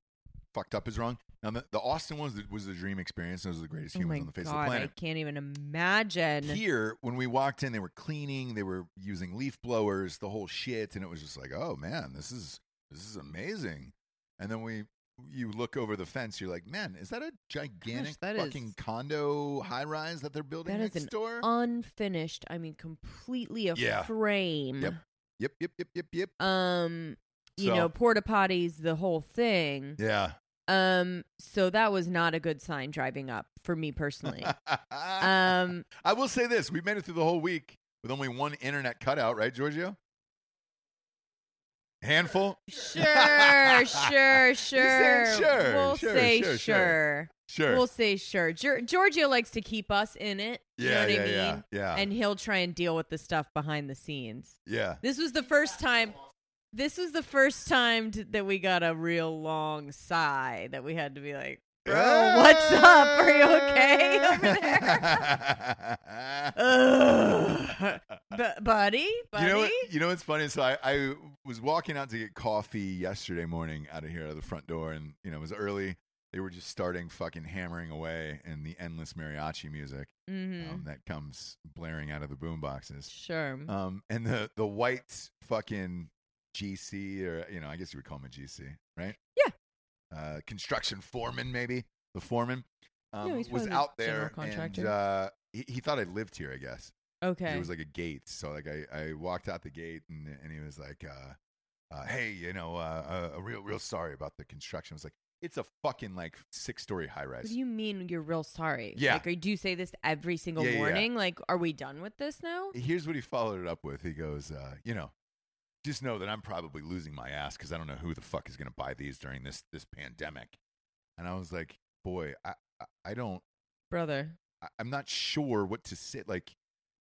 Speaker 2: fucked up is wrong. Now the, the Austin ones was the dream experience. Those are the greatest
Speaker 3: Oh my
Speaker 2: humans on the face
Speaker 3: God,
Speaker 2: of the planet.
Speaker 3: I can't even imagine.
Speaker 2: Here, when we walked in, they were cleaning, they were using leaf blowers, the whole shit, and it was just like, oh man, this is this is amazing. And then we you look over the fence, you're like, man, is that a gigantic
Speaker 3: that
Speaker 2: fucking
Speaker 3: is-
Speaker 2: condo high rise that they're building
Speaker 3: That is
Speaker 2: next
Speaker 3: an
Speaker 2: door?
Speaker 3: unfinished. I mean, completely a
Speaker 2: Yeah.
Speaker 3: frame.
Speaker 2: Yep. yep, yep, yep, yep, yep.
Speaker 3: Um, you
Speaker 2: So-
Speaker 3: know, porta potties, the whole thing.
Speaker 2: Yeah.
Speaker 3: Um, so that was not a good sign driving up for me personally. [laughs]
Speaker 2: [laughs]
Speaker 3: um,
Speaker 2: I will say this: we made it through the whole week with only one internet cutout, right, Giorgio? Handful.
Speaker 3: sure, sure, sure,
Speaker 2: said sure,
Speaker 3: We'll
Speaker 2: sure,
Speaker 3: say
Speaker 2: sure, sure.
Speaker 3: sure.
Speaker 2: Sure.
Speaker 3: We'll say sure. Gior Giorgio likes to keep us in it. You know
Speaker 2: yeah,
Speaker 3: what
Speaker 2: yeah,
Speaker 3: I mean?
Speaker 2: yeah, yeah,
Speaker 3: And he'll try and deal with the stuff behind the scenes.
Speaker 2: yeah.
Speaker 3: This was the first time. This was the first time t- that we got a real long sigh that we had to be like, "Bro, what's up? Are
Speaker 2: [laughs]
Speaker 3: you okay over there,
Speaker 2: there? [laughs]
Speaker 3: Ugh. Bu- buddy? Buddy?"
Speaker 2: Uh, You know, what, you know what's funny? So I, I was walking out to get coffee yesterday morning out of here out of the front door, and you know it was early. They were just starting fucking hammering away, and the endless mariachi music
Speaker 3: mm-hmm.
Speaker 2: um, that comes blaring out of the boom boxes.
Speaker 3: sure.
Speaker 2: Um, and the the white fucking GC, or you know, I guess you would call him a GC, right?
Speaker 3: Yeah.
Speaker 2: Uh, construction foreman, maybe the foreman. Um,
Speaker 3: Yeah, he's
Speaker 2: was
Speaker 3: probably
Speaker 2: out
Speaker 3: the
Speaker 2: there
Speaker 3: general
Speaker 2: and
Speaker 3: contractor.
Speaker 2: uh, he, he thought I lived here. I guess 'Cause
Speaker 3: okay.
Speaker 2: it was like a gate. So like I, I walked out the gate and and he was like, uh, uh, "Hey, you know, uh, uh, real real sorry about the construction." I was like, "It's a fucking like six story high rise."
Speaker 3: what do you mean you're real sorry?
Speaker 2: Yeah.
Speaker 3: Like, are- do you say this every single
Speaker 2: Yeah, yeah, yeah.
Speaker 3: morning? Like, are we done with this now?
Speaker 2: here's what he followed it up with. He goes, uh, you know, just know that I'm probably losing my ass because I don't know who the fuck is going to buy these during this this pandemic. And I was like, boy, I I, I don't,
Speaker 3: Brother,
Speaker 2: I, I'm not sure what to say. Like,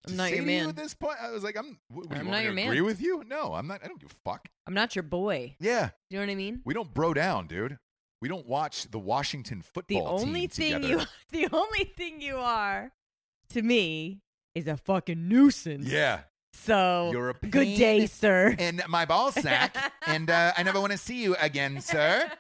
Speaker 3: I'm
Speaker 2: to
Speaker 3: not
Speaker 2: say
Speaker 3: your
Speaker 2: to you
Speaker 3: man.
Speaker 2: at this point. I was like, I'm. What, what, do
Speaker 3: I'm
Speaker 2: you
Speaker 3: not
Speaker 2: want me
Speaker 3: your
Speaker 2: to
Speaker 3: man.
Speaker 2: Agree with you? No, I'm not. I don't give a fuck.
Speaker 3: I'm not your boy.
Speaker 2: Yeah,
Speaker 3: You know what I mean?
Speaker 2: we don't bro down, dude. We don't watch the Washington
Speaker 3: The
Speaker 2: football. team
Speaker 3: only thing
Speaker 2: together.
Speaker 3: you, [laughs] the only thing you are, to me, is a fucking [laughs] nuisance.
Speaker 2: Yeah,
Speaker 3: So
Speaker 2: you're a
Speaker 3: good
Speaker 2: pain
Speaker 3: day, sir.
Speaker 2: in my ball sack, and uh, I never want to see you again,
Speaker 3: [laughs]
Speaker 2: sir.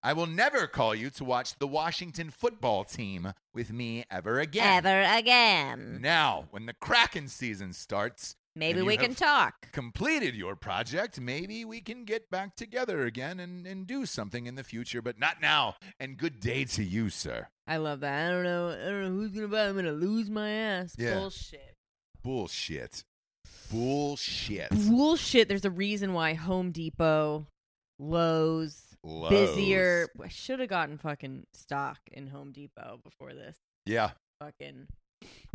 Speaker 2: I will never call you to watch the Washington football team with me ever again.
Speaker 3: Ever again.
Speaker 2: Now, when the Kraken season starts,
Speaker 3: Maybe
Speaker 2: And
Speaker 3: we
Speaker 2: you
Speaker 3: can
Speaker 2: have-
Speaker 3: talk.
Speaker 2: completed your project, maybe we can get back together again and, and do something in the future, but not now. And good day to you, sir.
Speaker 3: I love that. I don't know. I don't know who's gonna buy. I'm gonna lose my ass.
Speaker 2: Yeah.
Speaker 3: Bullshit.
Speaker 2: Bullshit. Bullshit.
Speaker 3: Bullshit. There's a reason why Home Depot, Lowe's,
Speaker 2: Lows.
Speaker 3: busier. I should have gotten fucking stock in Home Depot before this.
Speaker 2: Yeah.
Speaker 3: Fucking.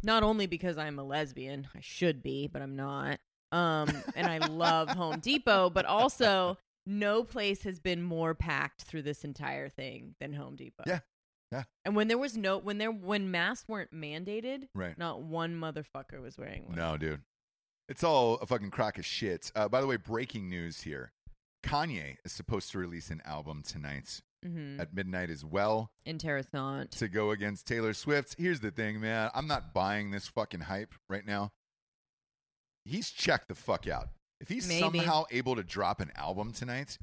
Speaker 3: Not only because I'm a lesbian, I should be, but I'm not. Um, and I love Home Depot, but also no place has been more packed through this entire thing than Home Depot.
Speaker 2: Yeah. Yeah.
Speaker 3: And when there was no when there when masks weren't mandated,
Speaker 2: Right.
Speaker 3: not one motherfucker was wearing one.
Speaker 2: No, dude. It's all a fucking crock of shit. Uh, by the way, breaking news here Kanye is supposed to release an album tonight
Speaker 3: Mm-hmm.
Speaker 2: at midnight as well
Speaker 3: In Terrathant.
Speaker 2: to go against Taylor Swift. Here's the thing, man. I'm not buying this fucking hype right now. He's checked the fuck out. If he's
Speaker 3: Maybe.
Speaker 2: somehow able to drop an album tonight,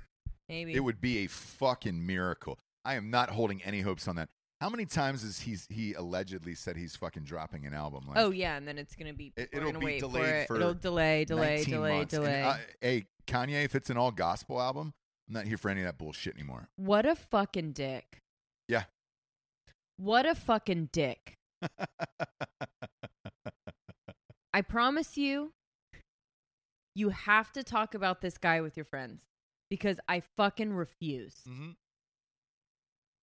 Speaker 3: Maybe.
Speaker 2: it would be a fucking miracle. I am not holding any hopes on that. How many times has he's he allegedly said he's fucking dropping an album? Like,
Speaker 3: oh yeah, and then it's gonna be
Speaker 2: It-
Speaker 3: we're
Speaker 2: it'll
Speaker 3: gonna
Speaker 2: be
Speaker 3: wait
Speaker 2: delayed
Speaker 3: for, it.
Speaker 2: for
Speaker 3: it'll delay, delay,
Speaker 2: 19
Speaker 3: delay,
Speaker 2: months. And,
Speaker 3: delay.
Speaker 2: uh, hey, Kanye, if it's an all gospel album, I'm not here for any of that bullshit anymore. [laughs]
Speaker 3: What a fucking dick.
Speaker 2: Yeah.
Speaker 3: What a fucking dick. I promise you, you have to talk about this guy with your friends because I fucking refuse.
Speaker 2: Mm-hmm.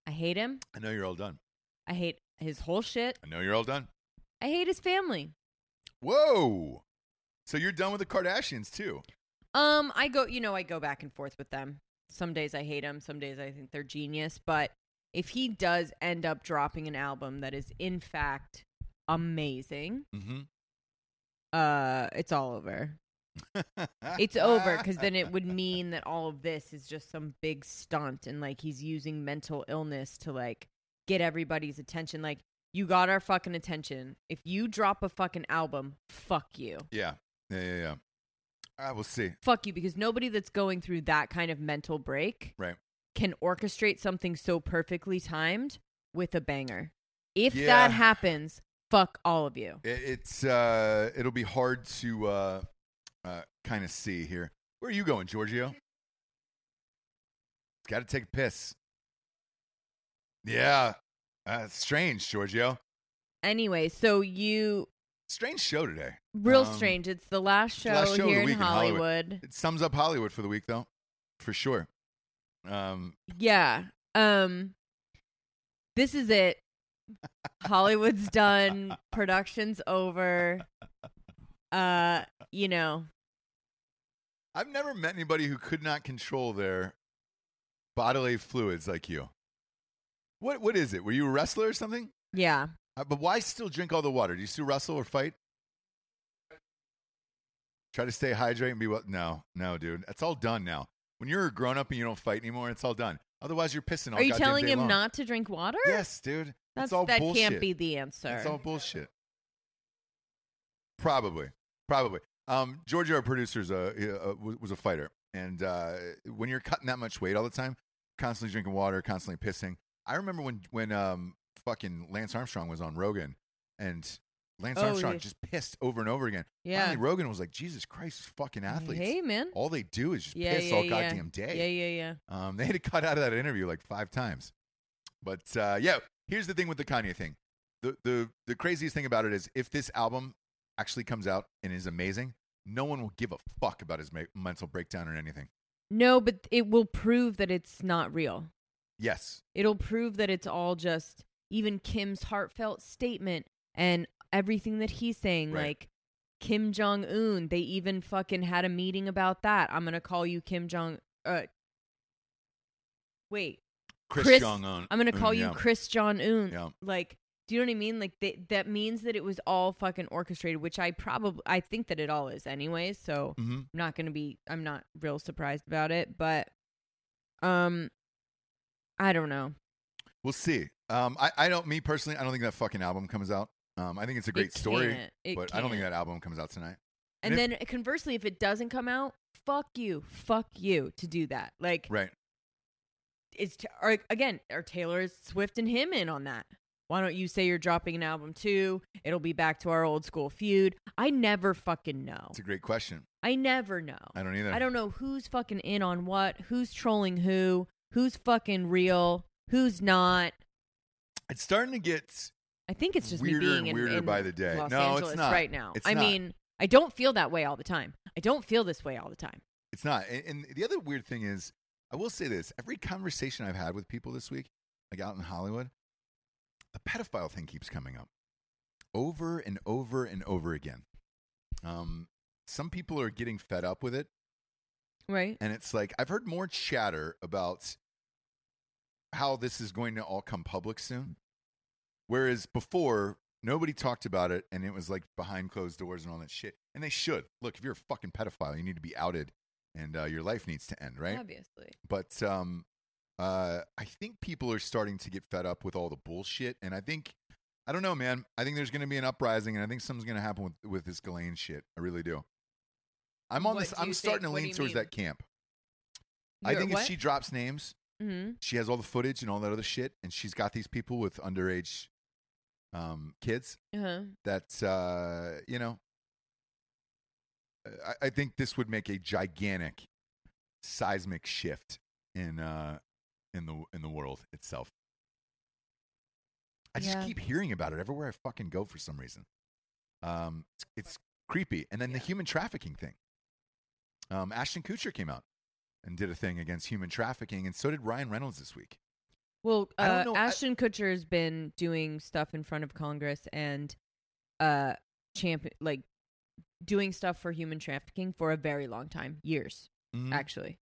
Speaker 3: I hate him.
Speaker 2: I know you're all done.
Speaker 3: I hate his whole shit.
Speaker 2: I know you're all done.
Speaker 3: I hate his family.
Speaker 2: Whoa. So you're done with the Kardashians too.
Speaker 3: Um, I go, you know, I go back and forth with them. Some days I hate them, some days I think they're genius. But if he does end up dropping an album that is in fact amazing,
Speaker 2: Mm-hmm.
Speaker 3: uh, it's all over. It's over because then it would mean that all of this is just some big stunt and like he's using mental illness to like get everybody's attention. Like, you got our fucking attention. If you drop a fucking album, fuck you.
Speaker 2: [laughs] Yeah. Yeah. Yeah. Yeah. I will see.
Speaker 3: fuck you because nobody that's going through that kind of mental break
Speaker 2: Right.
Speaker 3: can orchestrate something so perfectly timed with a banger. If
Speaker 2: Yeah.
Speaker 3: that happens, fuck all of you.
Speaker 2: It, it's uh, it'll be hard to uh, uh, kind of see here. Where are you going, Giorgio? Got to take a piss. Yeah, uh, strange, Giorgio.
Speaker 3: Anyway, so you
Speaker 2: Strange show today.
Speaker 3: real
Speaker 2: Um,
Speaker 3: strange. It's the last
Speaker 2: the
Speaker 3: show,
Speaker 2: last show of the
Speaker 3: here
Speaker 2: week
Speaker 3: in
Speaker 2: in Hollywood.
Speaker 3: Hollywood.
Speaker 2: It sums up Hollywood for the week, though, for sure. Um,
Speaker 3: Yeah. Um this is it. Hollywood's done,
Speaker 2: [laughs]
Speaker 3: production's over. Uh, you know,
Speaker 2: I've never met anybody who could not control their bodily fluids like you. What what is it? Were you a wrestler or something?
Speaker 3: yeah.
Speaker 2: Uh, but why still drink all the water? Do you still wrestle or fight? Try to stay hydrated and be well. No, no, dude. That's all done now. When you're a grown up and you don't fight anymore, it's all done. Otherwise, you're pissing all
Speaker 3: Are you
Speaker 2: goddamn
Speaker 3: telling
Speaker 2: day
Speaker 3: him
Speaker 2: long.
Speaker 3: not to drink water?
Speaker 2: Yes, dude.
Speaker 3: That's,
Speaker 2: That's all
Speaker 3: that
Speaker 2: bullshit.
Speaker 3: can't be the answer.
Speaker 2: That's all bullshit. Probably, probably. Um, Georgia, our producer, is a, uh, was- was a fighter, and uh, when you're cutting that much weight all the time, constantly drinking water, constantly pissing. I remember when when um, fucking Lance Armstrong was on Rogan, and Lance
Speaker 3: Oh,
Speaker 2: Armstrong
Speaker 3: yeah.
Speaker 2: just pissed over and over again.
Speaker 3: yeah.
Speaker 2: Finally, Rogan was like, "Jesus Christ, these fucking athletes!
Speaker 3: Hey man.
Speaker 2: All they do is just
Speaker 3: yeah,
Speaker 2: piss
Speaker 3: yeah,
Speaker 2: all
Speaker 3: yeah.
Speaker 2: goddamn day."
Speaker 3: Yeah, yeah, yeah.
Speaker 2: Um, [laughs] they had to cut out of that interview like five times. But uh, yeah, here's the thing with the Kanye thing. The, the, the craziest thing about it is if this album actually comes out and is amazing, no one will give a fuck about his ma- mental breakdown or anything.
Speaker 3: No, but it will prove that it's not real.
Speaker 2: Yes.
Speaker 3: It'll prove that it's all just even Kim's heartfelt statement and everything that he's saying
Speaker 2: Right.
Speaker 3: like Kim Jong Un, they even fucking had a meeting about that. I'm going to call you Kim Jong uh Wait,
Speaker 2: Chris,
Speaker 3: Chris-
Speaker 2: Jong-un.
Speaker 3: I'm going to
Speaker 2: Un,
Speaker 3: call you
Speaker 2: Mm, yeah.
Speaker 3: Chris Jong Un.
Speaker 2: Yeah.
Speaker 3: Like do you know what I mean? Like they, that means that it was all fucking orchestrated, which I probably I think that it all is anyways, so
Speaker 2: hmm
Speaker 3: I'm not gonna be I'm not real surprised about it, but um I don't know.
Speaker 2: We'll see. Um, I, I don't, me personally, I don't think that fucking album comes out. Um, I think it's a great
Speaker 3: It
Speaker 2: story,
Speaker 3: can't. It
Speaker 2: but I don't think
Speaker 3: can't.
Speaker 2: that album comes out tonight.
Speaker 3: And
Speaker 2: and
Speaker 3: then uh, conversely, if it doesn't come out, fuck you. Fuck you to do that. Like
Speaker 2: Right.
Speaker 3: it's t- or, again, are Taylor Swift and him in on that? Why don't you say you're dropping an album too? It'll be back to our old school feud. I never fucking know.
Speaker 2: It's a great question.
Speaker 3: I never know.
Speaker 2: I don't either.
Speaker 3: I don't know who's fucking in on what, who's trolling who, who's fucking real, who's not.
Speaker 2: It's starting to get
Speaker 3: I think it's just
Speaker 2: Weirder
Speaker 3: me being
Speaker 2: and
Speaker 3: in-
Speaker 2: weirder
Speaker 3: in
Speaker 2: by the day.
Speaker 3: Los
Speaker 2: No, it's
Speaker 3: Angeles
Speaker 2: not.
Speaker 3: right now.
Speaker 2: It's
Speaker 3: I
Speaker 2: not.
Speaker 3: mean, I don't feel that way all the time. I don't feel this way all the time.
Speaker 2: It's not. And, and the other weird thing is, I will say this: every conversation I've had with people this week, like out in Hollywood, the pedophile thing keeps coming up over and over and over again. Um, some people are getting fed up with it,
Speaker 3: Right.
Speaker 2: and it's like I've heard more chatter about how this is going to all come public soon, whereas before. Nobody talked about it, and it was like behind closed doors and all that shit. And they should look. If you're a fucking pedophile, you need to be outed, and uh, your life needs to end, right?
Speaker 3: Obviously.
Speaker 2: but um uh i think people are starting to get fed up with all the bullshit and i think i don't know man i think there's gonna be an uprising and i think something's gonna happen with with this Ghislaine shit i really do i'm on
Speaker 3: What
Speaker 2: this
Speaker 3: do
Speaker 2: i'm
Speaker 3: you
Speaker 2: starting
Speaker 3: think?
Speaker 2: to
Speaker 3: What do
Speaker 2: lean
Speaker 3: you
Speaker 2: towards
Speaker 3: mean?
Speaker 2: that camp i
Speaker 3: You're-
Speaker 2: think
Speaker 3: what?
Speaker 2: if she drops names
Speaker 3: hmm
Speaker 2: she has all the footage and all that other shit and she's got these people with underage um kids
Speaker 3: Uh-huh.
Speaker 2: that uh, you know, I, I think this would make a gigantic, seismic shift in uh, in the in the world itself. I just
Speaker 3: Yeah.
Speaker 2: keep hearing about it everywhere I fucking go for some reason. Um, it's, it's creepy, and then the human trafficking thing. Um, Ashton Kutcher came out and did a thing against human trafficking, and so did Ryan Reynolds this week.
Speaker 3: Well,
Speaker 2: I don't
Speaker 3: uh,
Speaker 2: know. I-
Speaker 3: Ashton Kutcher has been doing stuff in front of Congress, and uh, champion like doing stuff for human trafficking for a very long time, years
Speaker 2: Mhm.
Speaker 3: actually.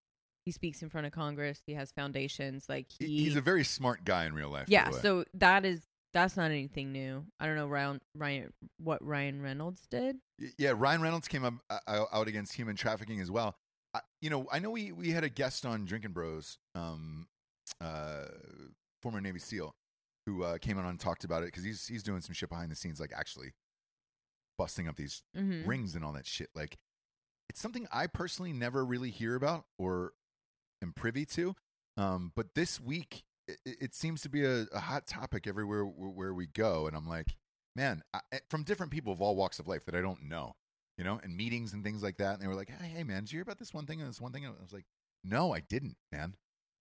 Speaker 3: He speaks in front of Congress. He has foundations. Like
Speaker 2: He-
Speaker 3: he,
Speaker 2: He's a very smart guy in real life. by
Speaker 3: yeah.
Speaker 2: the way.
Speaker 3: So that is that's not anything new. I don't know Ryan Ryan what Ryan Reynolds did.
Speaker 2: Y- Yeah, Ryan Reynolds came up uh, uh, out against human trafficking as well. I, you know, I know we we had a guest on Drinking Bros, um, uh, former Navy SEAL, who uh, came on and talked about it because he's he's doing some shit behind the scenes, like actually busting up these
Speaker 3: Mm-hmm.
Speaker 2: rings and all that shit. Like, it's something I personally never really hear about or am privy to. Um, but this week, it, it seems to be a, a hot topic everywhere w- where we go. And I'm like, man, I, I- from different people of all walks of life that I don't know, you know, and meetings and things like that. And they were like, hey, hey, man, did you hear about this one thing and this one thing? And I was like, no, I didn't, man.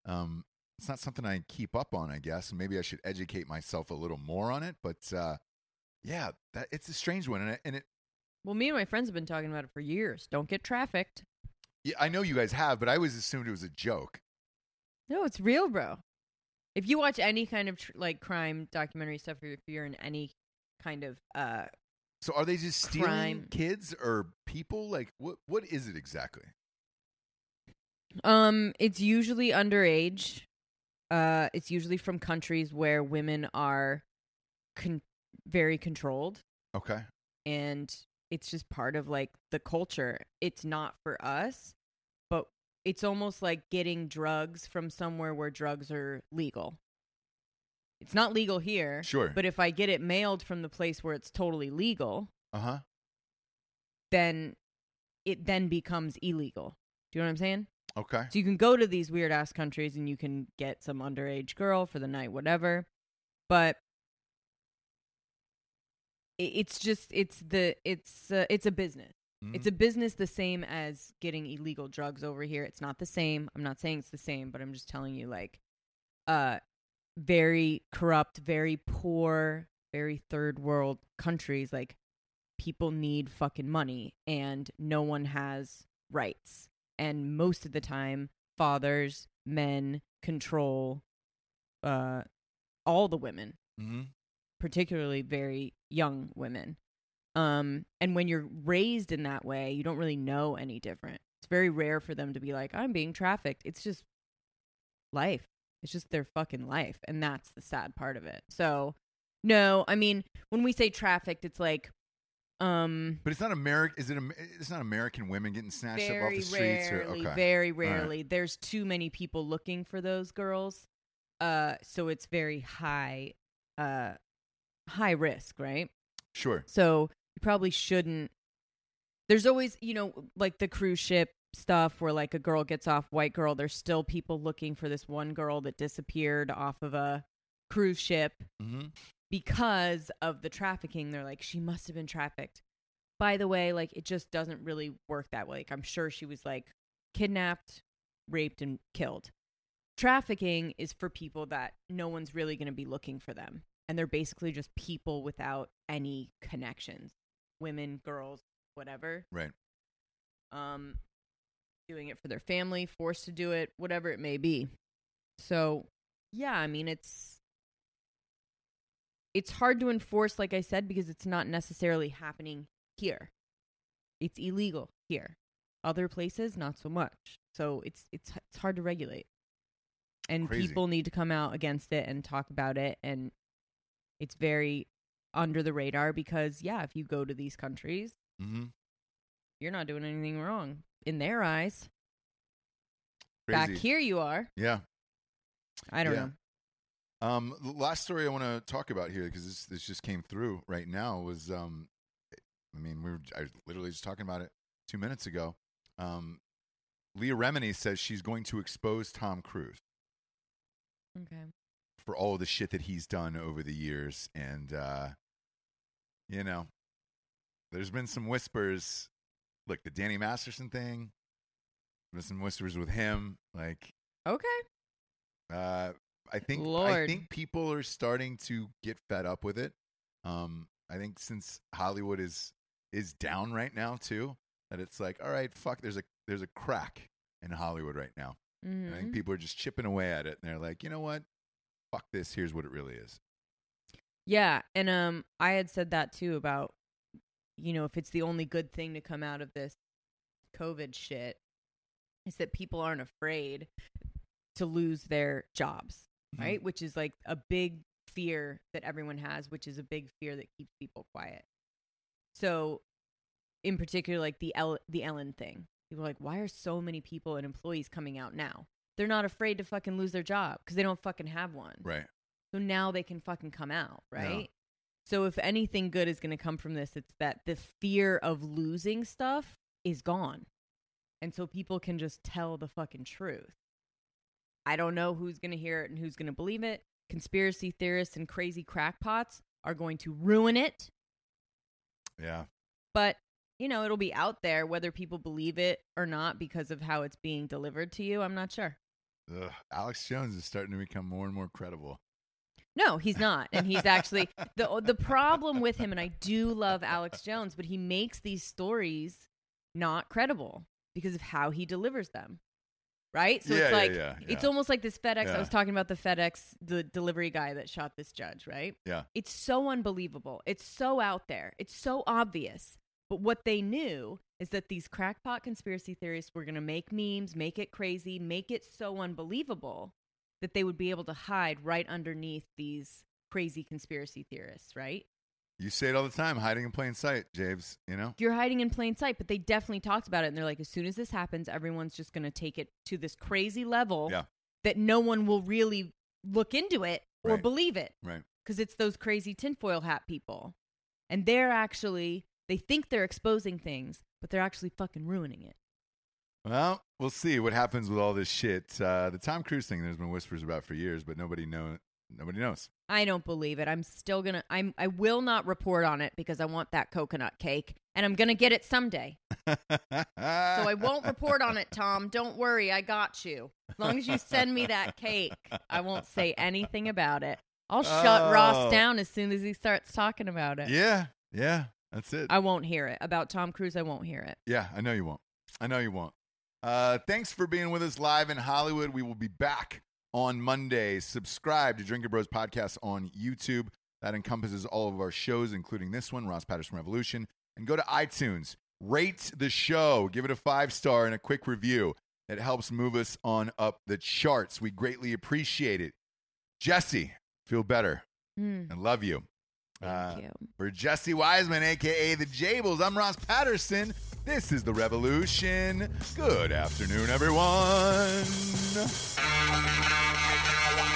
Speaker 2: Um, it's not something I keep up on, I guess. And maybe I should educate myself a little more on it. But uh, yeah, that, it's a strange one. And, I, and it,
Speaker 3: Well, me and my friends have been talking about it for years. Don't get trafficked.
Speaker 2: Yeah, I know you guys have, but I always assumed it was a joke.
Speaker 3: No, it's real, bro. If you watch any kind of tr- like crime documentary stuff, or if you're in any kind of uh,
Speaker 2: So are they just stealing
Speaker 3: Crime.
Speaker 2: kids or people? Like what what is it exactly?
Speaker 3: um, it's usually underage. Uh, it's usually from countries where women are con- very controlled.
Speaker 2: Okay.
Speaker 3: and it's just part of like the culture. It's not for us, but it's almost like getting drugs from somewhere where drugs are legal. It's not legal here.
Speaker 2: Sure.
Speaker 3: But if I get it mailed from the place where it's totally legal,
Speaker 2: Uh-huh.
Speaker 3: then it then becomes illegal. Do you know what I'm saying?
Speaker 2: Okay.
Speaker 3: So you can go to these weird ass countries and you can get some underage girl for the night, whatever. But i- it's just it's the it's uh, it's a business.
Speaker 2: Mm-hmm.
Speaker 3: It's a business the same as getting illegal drugs over here. It's not the same. I'm not saying it's the same, but I'm just telling you like uh very corrupt, very poor, very third world countries like people need fucking money and no one has rights and most of the time fathers men control uh all the women
Speaker 2: Mhm.
Speaker 3: particularly very young women um and when you're raised in that way you don't really know any different it's very rare for them to be like i'm being trafficked it's just life it's just their fucking life and that's the sad part of it so no i mean when we say trafficked it's like um
Speaker 2: But it's not American is it Am- it's not American women getting snatched up off the streets
Speaker 3: rarely,
Speaker 2: or okay.
Speaker 3: Very
Speaker 2: right.
Speaker 3: rarely. There's too many people looking for those girls. Uh so it's very high uh high risk, right?
Speaker 2: Sure.
Speaker 3: So you probably shouldn't there's always, you know, like the cruise ship stuff where like a girl gets off white girl, there's still people looking for this one girl that disappeared off of a cruise ship
Speaker 2: Mhm.
Speaker 3: because of the trafficking they're like she must have been trafficked by the way like it just doesn't really work that way like i'm sure she was like kidnapped raped and killed trafficking is for people that no one's really going to be looking for them and they're basically just people without any connections women girls whatever
Speaker 2: Right.
Speaker 3: um doing it for their family forced to do it whatever it may be so yeah i mean it's it's hard to enforce like i said because it's not necessarily happening here it's illegal here other places not so much so it's it's it's hard to regulate and
Speaker 2: Crazy.
Speaker 3: people need to come out against it and talk about it and it's very under the radar because yeah if you go to these countries
Speaker 2: Mhm.
Speaker 3: you're not doing anything wrong in their eyes back
Speaker 2: Crazy.
Speaker 3: here you are
Speaker 2: Yeah.
Speaker 3: i don't
Speaker 2: Yeah.
Speaker 3: know
Speaker 2: Um, the last story I want to talk about here because this this just came through right now was um, I mean we were I was literally just talking about it two minutes ago. Um, Leah Remini says she's going to expose Tom Cruise
Speaker 3: okay
Speaker 2: for all the shit that he's done over the years, and uh, you know, there's been some whispers. Look, the Danny Masterson thing. There's some whispers with him, like
Speaker 3: okay
Speaker 2: uh, I think I
Speaker 3: Lord.
Speaker 2: think people are starting to get fed up with it. Um, I think since Hollywood is is down right now too, that it's like, all right, fuck, there's a there's a crack in Hollywood right now. And I
Speaker 3: Mhm.
Speaker 2: think people are just chipping away at it, and they're like, you know what, fuck this. Here's what it really is.
Speaker 3: Yeah, and um I had said that too about you know, if it's the only good thing to come out of this COVID shit, is that people aren't afraid to lose their jobs, right? Which is like a big fear that everyone has, which is a big fear that keeps people quiet. So, in particular, like the El- the Ellen thing, people are like, why are so many people and employees coming out now? They're not afraid to fucking lose their job because they don't fucking have one.
Speaker 2: Right.
Speaker 3: So now they can fucking come out,
Speaker 2: Yeah.
Speaker 3: right? So if anything good is going to come from this, it's that the fear of losing stuff is gone. And so people can just tell the fucking truth. I don't know who's going to hear it and who's going to believe it. Conspiracy theorists and crazy crackpots are going to ruin it,
Speaker 2: Yeah.
Speaker 3: but you know, it'll be out there whether people believe it or not because of how it's being delivered to you. I'm not sure.
Speaker 2: Ugh. Alex Jones is starting to become more and more credible.
Speaker 3: No, he's not. And he's actually the the problem with him and I do love Alex Jones, but he makes these stories not credible because of how he delivers them. Right? So
Speaker 2: Yeah,
Speaker 3: it's
Speaker 2: yeah,
Speaker 3: like
Speaker 2: yeah,
Speaker 3: it's
Speaker 2: yeah.
Speaker 3: almost like this FedEx
Speaker 2: Yeah.
Speaker 3: I was talking about the FedEx the delivery guy that shot this judge, right?
Speaker 2: Yeah.
Speaker 3: It's so unbelievable. It's so out there. It's so obvious. But what they knew is that these crackpot conspiracy theorists were going to make memes, make it crazy, make it so unbelievable that they would be able to hide right underneath these crazy conspiracy theorists, right?
Speaker 2: You say it all the time, hiding in plain sight, Javes. You know.
Speaker 3: You're hiding in plain sight, but they definitely talked about it and they're like as soon as this happens, everyone's just going to take it to this crazy level
Speaker 2: Yeah.
Speaker 3: that no one will really look into it or
Speaker 2: Right.
Speaker 3: believe it
Speaker 2: Right.
Speaker 3: because it's those crazy tinfoil hat people. And they're actually, they think they're exposing things, but they're actually fucking ruining it.
Speaker 2: Well, we'll see what happens with all this shit. Uh, the Tom Cruise thing, there's been whispers about for years, but nobody know. Nobody knows.
Speaker 3: I don't believe it. I'm still gonna, I'm, I will not report on it because I want that coconut cake and I'm gonna get it someday.
Speaker 2: so
Speaker 3: So
Speaker 2: [laughs]
Speaker 3: I won't report on it, Tom. Don't worry. I got you. As long as you send me that cake, I won't say anything about it. I'll shut
Speaker 2: Oh.
Speaker 3: Ross down as soon as he starts talking about it.
Speaker 2: Yeah, yeah, that's it.
Speaker 3: I won't hear it. About Tom Cruise, I won't hear it.
Speaker 2: yeah, I know you won't. I know you won't. Uh, thanks for being with us live in Hollywood. We will be back on Monday. Subscribe to Drinker Bros Podcast on YouTube. That encompasses all of our shows, including this one, Ross Patterson Revolution. And go to iTunes, rate the show, give it a five star and a quick review. It helps move us on up the charts. We greatly appreciate it. Jesse, feel better
Speaker 3: Hmm.
Speaker 2: and love you. Uh,
Speaker 3: thank you.
Speaker 2: For Jesse Wiseman, aka the Jables, I'm Ross Patterson. This is The Revolution. Good afternoon, everyone.
Speaker 1: Wow, wow, wow, wow.